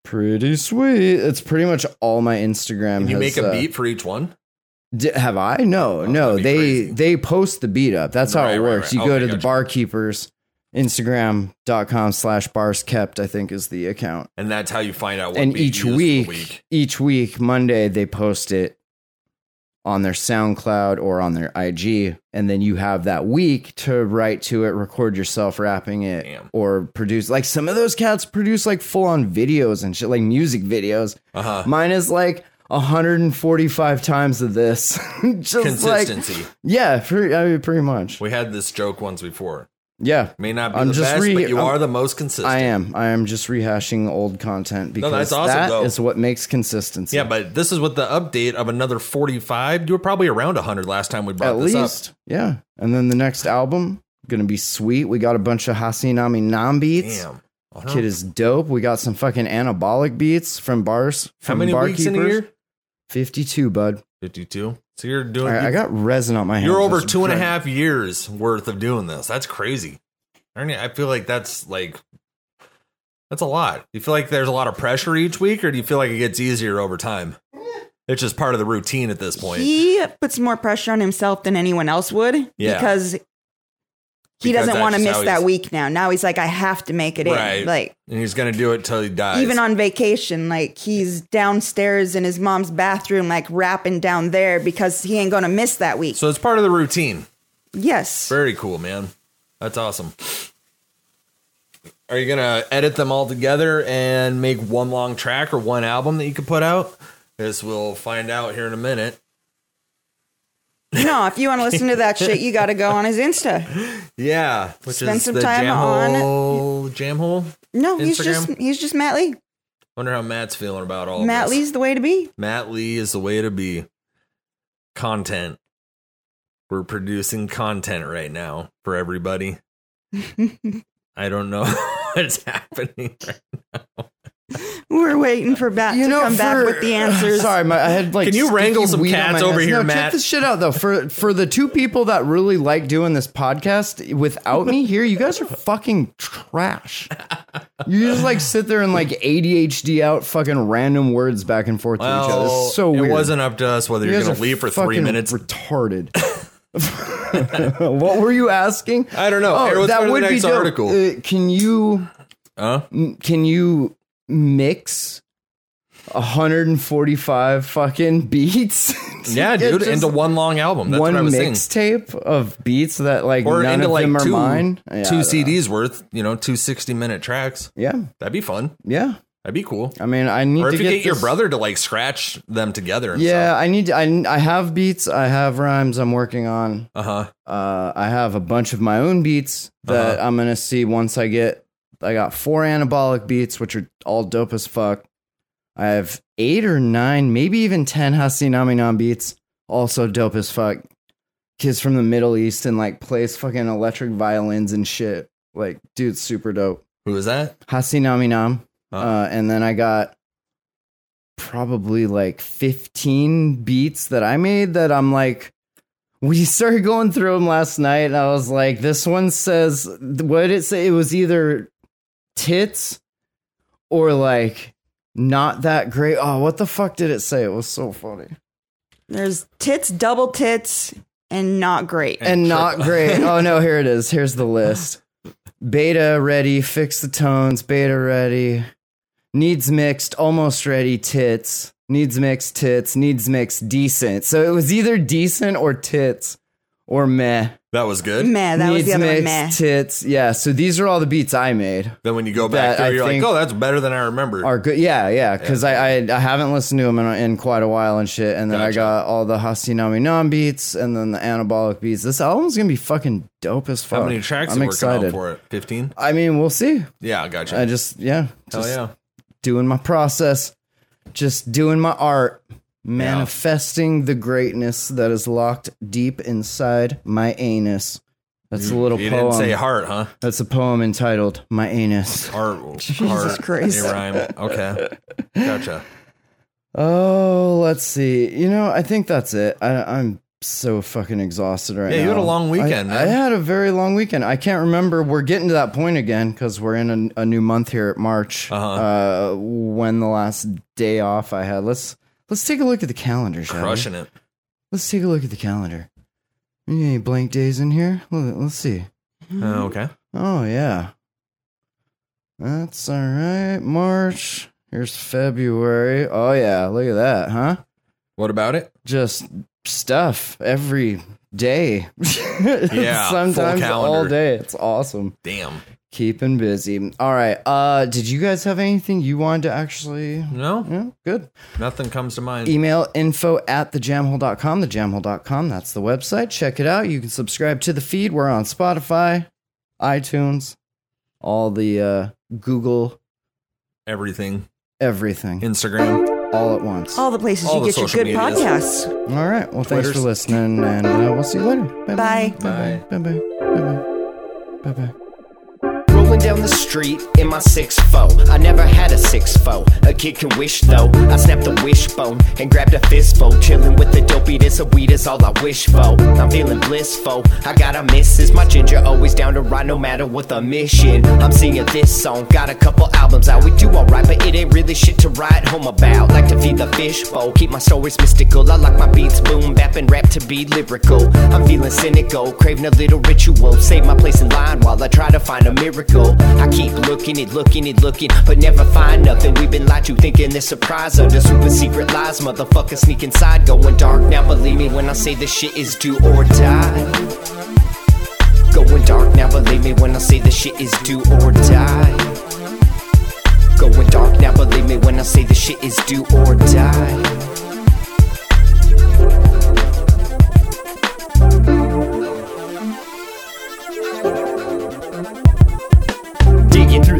Speaker 5: Pretty sweet. It's pretty much all my Instagram.
Speaker 7: Can
Speaker 5: has,
Speaker 7: you make a
Speaker 5: uh,
Speaker 7: beat for each one?
Speaker 5: di- have I? No, no.
Speaker 7: that'd be
Speaker 5: They
Speaker 7: crazy.
Speaker 5: they post the beat up. That's how
Speaker 7: Right,
Speaker 5: it
Speaker 7: right,
Speaker 5: works.
Speaker 7: right.
Speaker 5: You go
Speaker 7: Okay,
Speaker 5: to the
Speaker 7: gotcha.
Speaker 5: barkeepers Instagram.com slash bars kept, I think is the account.
Speaker 7: And that's how you find out what
Speaker 5: and
Speaker 7: beat you
Speaker 5: each
Speaker 7: used for the
Speaker 5: week,
Speaker 7: week.
Speaker 5: each week, Monday, they post it on their SoundCloud or on their IG. And then you have that week to write to it, record yourself rapping it,
Speaker 7: Damn.
Speaker 5: or produce. Like some of those cats produce like full on videos and shit, like music videos.
Speaker 7: Uh-huh.
Speaker 5: Mine is like 145 times of this. Just like,
Speaker 7: Consistency.
Speaker 5: yeah, pretty, I mean, pretty much.
Speaker 7: we had this joke once before.
Speaker 5: Yeah.
Speaker 7: May not be
Speaker 5: I'm
Speaker 7: the
Speaker 5: just
Speaker 7: best,
Speaker 5: re-
Speaker 7: but you
Speaker 5: I'm-
Speaker 7: are the most consistent.
Speaker 5: I am. I am just rehashing old content because
Speaker 7: that's awesome,
Speaker 5: that
Speaker 7: though.
Speaker 5: is what makes consistency.
Speaker 7: Yeah, but this is with the update of another 45. You were probably around 100 last time we brought
Speaker 5: at
Speaker 7: this
Speaker 5: least yeah and then the next album Gonna be sweet. We got a bunch of Hasinami Nam beats.
Speaker 7: Damn. Uh-huh.
Speaker 5: Kid is dope. We got some fucking anabolic beats from bars.
Speaker 7: How
Speaker 5: From
Speaker 7: many weeks in a
Speaker 5: barkeepers.
Speaker 7: year?
Speaker 5: 52, bud.
Speaker 7: 52. So you're doing,
Speaker 5: I, I got resin on my hands.
Speaker 7: you're over
Speaker 5: That's
Speaker 7: two and a
Speaker 5: right.
Speaker 7: half years worth of doing this. That's crazy. Ernie, I feel like that's like, that's a lot. You feel like there's a lot of pressure each week, or do you feel like it gets easier over time? It's just part of the routine at this point.
Speaker 6: He puts more pressure on himself than anyone else would
Speaker 7: Yeah.
Speaker 6: because he
Speaker 7: Because
Speaker 6: doesn't want to
Speaker 7: that's
Speaker 6: miss
Speaker 7: how
Speaker 6: that
Speaker 7: he's-
Speaker 6: week now. Now he's like, I have to make it
Speaker 7: Right.
Speaker 6: in. Like
Speaker 7: and he's going to do it till he dies.
Speaker 6: even on vacation, like he's downstairs in his mom's bathroom, like rapping down there because he ain't gonna miss that week.
Speaker 7: so it's part of the routine.
Speaker 6: yes.
Speaker 7: Very cool, man. That's awesome. Are you gonna edit them all together and make one long track or one album that you could put out? This we'll find out here in a minute.
Speaker 6: no, if you want to listen to that shit, you got to go on his Insta.
Speaker 7: Yeah, which
Speaker 6: Spend some time
Speaker 7: jam
Speaker 6: on it.
Speaker 7: hole. Jam hole.
Speaker 6: No, he's just
Speaker 7: Instagram?
Speaker 6: he's just Matt Lee.
Speaker 7: Wonder how Matt's feeling about all. of
Speaker 6: Matt
Speaker 7: this.
Speaker 6: Lee's the way to be.
Speaker 7: Matt Lee is the way to be. Content. We're producing content right now for everybody. I don't know what's happening.
Speaker 6: We're waiting for Matt
Speaker 5: You
Speaker 6: to
Speaker 5: know,
Speaker 6: come back
Speaker 5: for-
Speaker 6: with the answers.
Speaker 5: Sorry, my, I had like.
Speaker 7: Can you
Speaker 5: sticky
Speaker 7: wrangle some
Speaker 5: weed on my
Speaker 7: cats over
Speaker 5: hands.
Speaker 7: here,
Speaker 5: no,
Speaker 7: Matt?
Speaker 5: Check this shit out though. For for the two people that really like doing this podcast without me here, you guys are fucking trash. You just like sit there and like ADHD out fucking random words back and forth to each other.
Speaker 7: Well,
Speaker 5: It's so
Speaker 7: it
Speaker 5: weird.
Speaker 7: wasn't up to us whether
Speaker 5: You
Speaker 7: you're
Speaker 5: guys
Speaker 7: going
Speaker 5: are
Speaker 7: to leave for three
Speaker 5: fucking
Speaker 7: minutes.
Speaker 5: Retarded. what were you asking?
Speaker 7: I don't know. Here,
Speaker 5: Oh,
Speaker 7: let's go to
Speaker 5: that
Speaker 7: the
Speaker 5: would be
Speaker 7: next
Speaker 5: dope.
Speaker 7: article.
Speaker 5: Uh, can you
Speaker 7: huh?
Speaker 5: can you mix 145 fucking beats?
Speaker 7: Yeah,
Speaker 5: Get
Speaker 7: dude,
Speaker 5: just
Speaker 7: into one long album. That's
Speaker 5: one
Speaker 7: what I was saying.
Speaker 5: mixtape of beats that like
Speaker 7: Or
Speaker 5: none
Speaker 7: into
Speaker 5: of
Speaker 7: like
Speaker 5: them are
Speaker 7: two,
Speaker 5: mine. Yeah, I
Speaker 7: two
Speaker 5: don't know.
Speaker 7: CDs worth, you know, two 60 minute tracks.
Speaker 5: Yeah,
Speaker 7: That'd be fun.
Speaker 5: yeah.
Speaker 7: That'd be cool.
Speaker 5: I mean, I need
Speaker 7: Or
Speaker 5: to
Speaker 7: if you get, your
Speaker 5: this-
Speaker 7: brother to like scratch them together. And
Speaker 5: Yeah, I need. To, I I have beats. I have rhymes. I'm working on.
Speaker 7: Uh huh.
Speaker 5: Uh, I have a bunch of my own beats that I'm gonna see once I get. I got four anabolic beats, which are all dope as fuck. I have eight or nine, maybe even ten Hasinami Nam beats, also dope as fuck. Kids from the Middle East and like plays fucking electric violins and shit. Like, dude, super dope.
Speaker 7: Who is that?
Speaker 5: Hasinami Nam.
Speaker 7: Uh,
Speaker 5: Uh, and then I got probably like 15 beats that I made that I'm like, we started going through them last night, and I was like, this one says, what did it say? It was either tits or like not that great. Oh, what the fuck did it say? It was so funny.
Speaker 6: There's tits, double tits, and not great.
Speaker 5: and not great. Oh no, here it is. Here's the list. Beta ready, fix the tones, beta ready. Needs mixed, almost ready, tits. Needs mixed, tits, needs mixed, decent. So it was either decent or tits or meh.
Speaker 7: that was good.
Speaker 6: Meh, that was
Speaker 5: needs
Speaker 6: the other one.
Speaker 5: mixed,
Speaker 6: Meh.
Speaker 5: tits. Yeah, so these are all the beats I made.
Speaker 7: Then when you go
Speaker 5: That
Speaker 7: back through,
Speaker 5: I
Speaker 7: you're like,
Speaker 5: think-
Speaker 7: oh, that's better than I remember.
Speaker 5: Are good. Yeah, yeah, because I, I I haven't listened to them in, in quite a while and shit. And then I
Speaker 7: Gotcha.
Speaker 5: got all the Hasinami Nam beats and then the anabolic beats. This album's gonna be fucking dope as fuck.
Speaker 7: How many tracks
Speaker 5: I'm
Speaker 7: are you working on
Speaker 5: excited.
Speaker 7: for it? 15?
Speaker 5: I mean, we'll see.
Speaker 7: Yeah, gotcha.
Speaker 5: I just yeah,
Speaker 7: Hell
Speaker 5: just
Speaker 7: yeah.
Speaker 5: doing my process, just doing my art, manifesting the greatness that is locked deep inside my anus. That's a little
Speaker 7: You
Speaker 5: poem.
Speaker 7: didn't say heart, huh?
Speaker 5: That's a poem entitled "My Anus."
Speaker 7: Heart.
Speaker 6: Jesus
Speaker 7: heart.
Speaker 6: Christ.
Speaker 7: It rhyme. Okay. Gotcha.
Speaker 5: Oh, let's see. You know, I think that's it. I, I'm so fucking exhausted right
Speaker 7: Yeah,
Speaker 5: now.
Speaker 7: you had a long weekend,
Speaker 5: I,
Speaker 7: man.
Speaker 5: I had a very long weekend. I can't remember. We're getting to that point again because we're in a, a new month here at March.
Speaker 7: Uh-huh.
Speaker 5: Uh, when the last day off I had. Let's let's take a look at the calendar. shall we?
Speaker 7: Crushing it.
Speaker 5: Let's take a look at the calendar. Any blank days in here? Let- Let's see.
Speaker 7: Uh, okay.
Speaker 5: Oh yeah. That's all right. March. Here's February. Oh yeah. Look at that, huh?
Speaker 7: What about it?
Speaker 5: just stuff every day.
Speaker 7: Yeah, full
Speaker 5: sometimes all
Speaker 7: calendar.
Speaker 5: day. It's awesome.
Speaker 7: Damn.
Speaker 5: Keeping busy. All right. Uh, did you guys have anything you wanted to actually?
Speaker 7: No,
Speaker 5: Yeah, good.
Speaker 7: nothing comes to mind.
Speaker 5: Email info at thejamhole.com, thejamhole.com. That's the website. Check it out. You can subscribe to the feed. We're on Spotify, iTunes, all the uh, Google,
Speaker 7: Everything.
Speaker 5: everything,
Speaker 7: Instagram.
Speaker 5: all at once.
Speaker 6: All the places
Speaker 7: All
Speaker 6: you
Speaker 7: the
Speaker 6: get your
Speaker 7: social
Speaker 6: good
Speaker 7: medias.
Speaker 6: podcasts.
Speaker 5: All right. Well, thanks
Speaker 7: Twitters.
Speaker 5: for listening, and uh, we'll see you later. Bye-bye.
Speaker 6: Bye.
Speaker 5: Bye-bye. Bye-bye. Bye-bye. Bye bye.
Speaker 8: Rolling down the street in my 6 foe. I never had a 6 foe. A kid can wish though. I snapped the wishbone and grabbed a fistful. Chilling with the dopey, this a weed is all I wish for. I'm feeling blissful. I got a missus. My ginger always down to ride no matter what the mission. I'm singing this song. Got a couple albums out. We do alright, but it ain't really shit to write home about. Like to feed the fishbowl. Keep my stories mystical. I like my beats boom, bap, and rap to be lyrical. I'm feeling cynical. Craving a little ritual. Save my place in line while I try to find a miracle. I keep looking and looking and looking, but never find nothing. We've been lied to, thinking this surprise under super secret lies. Motherfucker sneak inside, going dark. Now believe me when I say this shit is do or die. Going dark, now believe me when I say this shit is do or die. Going dark, now believe me when I say this shit is do or die. Digging through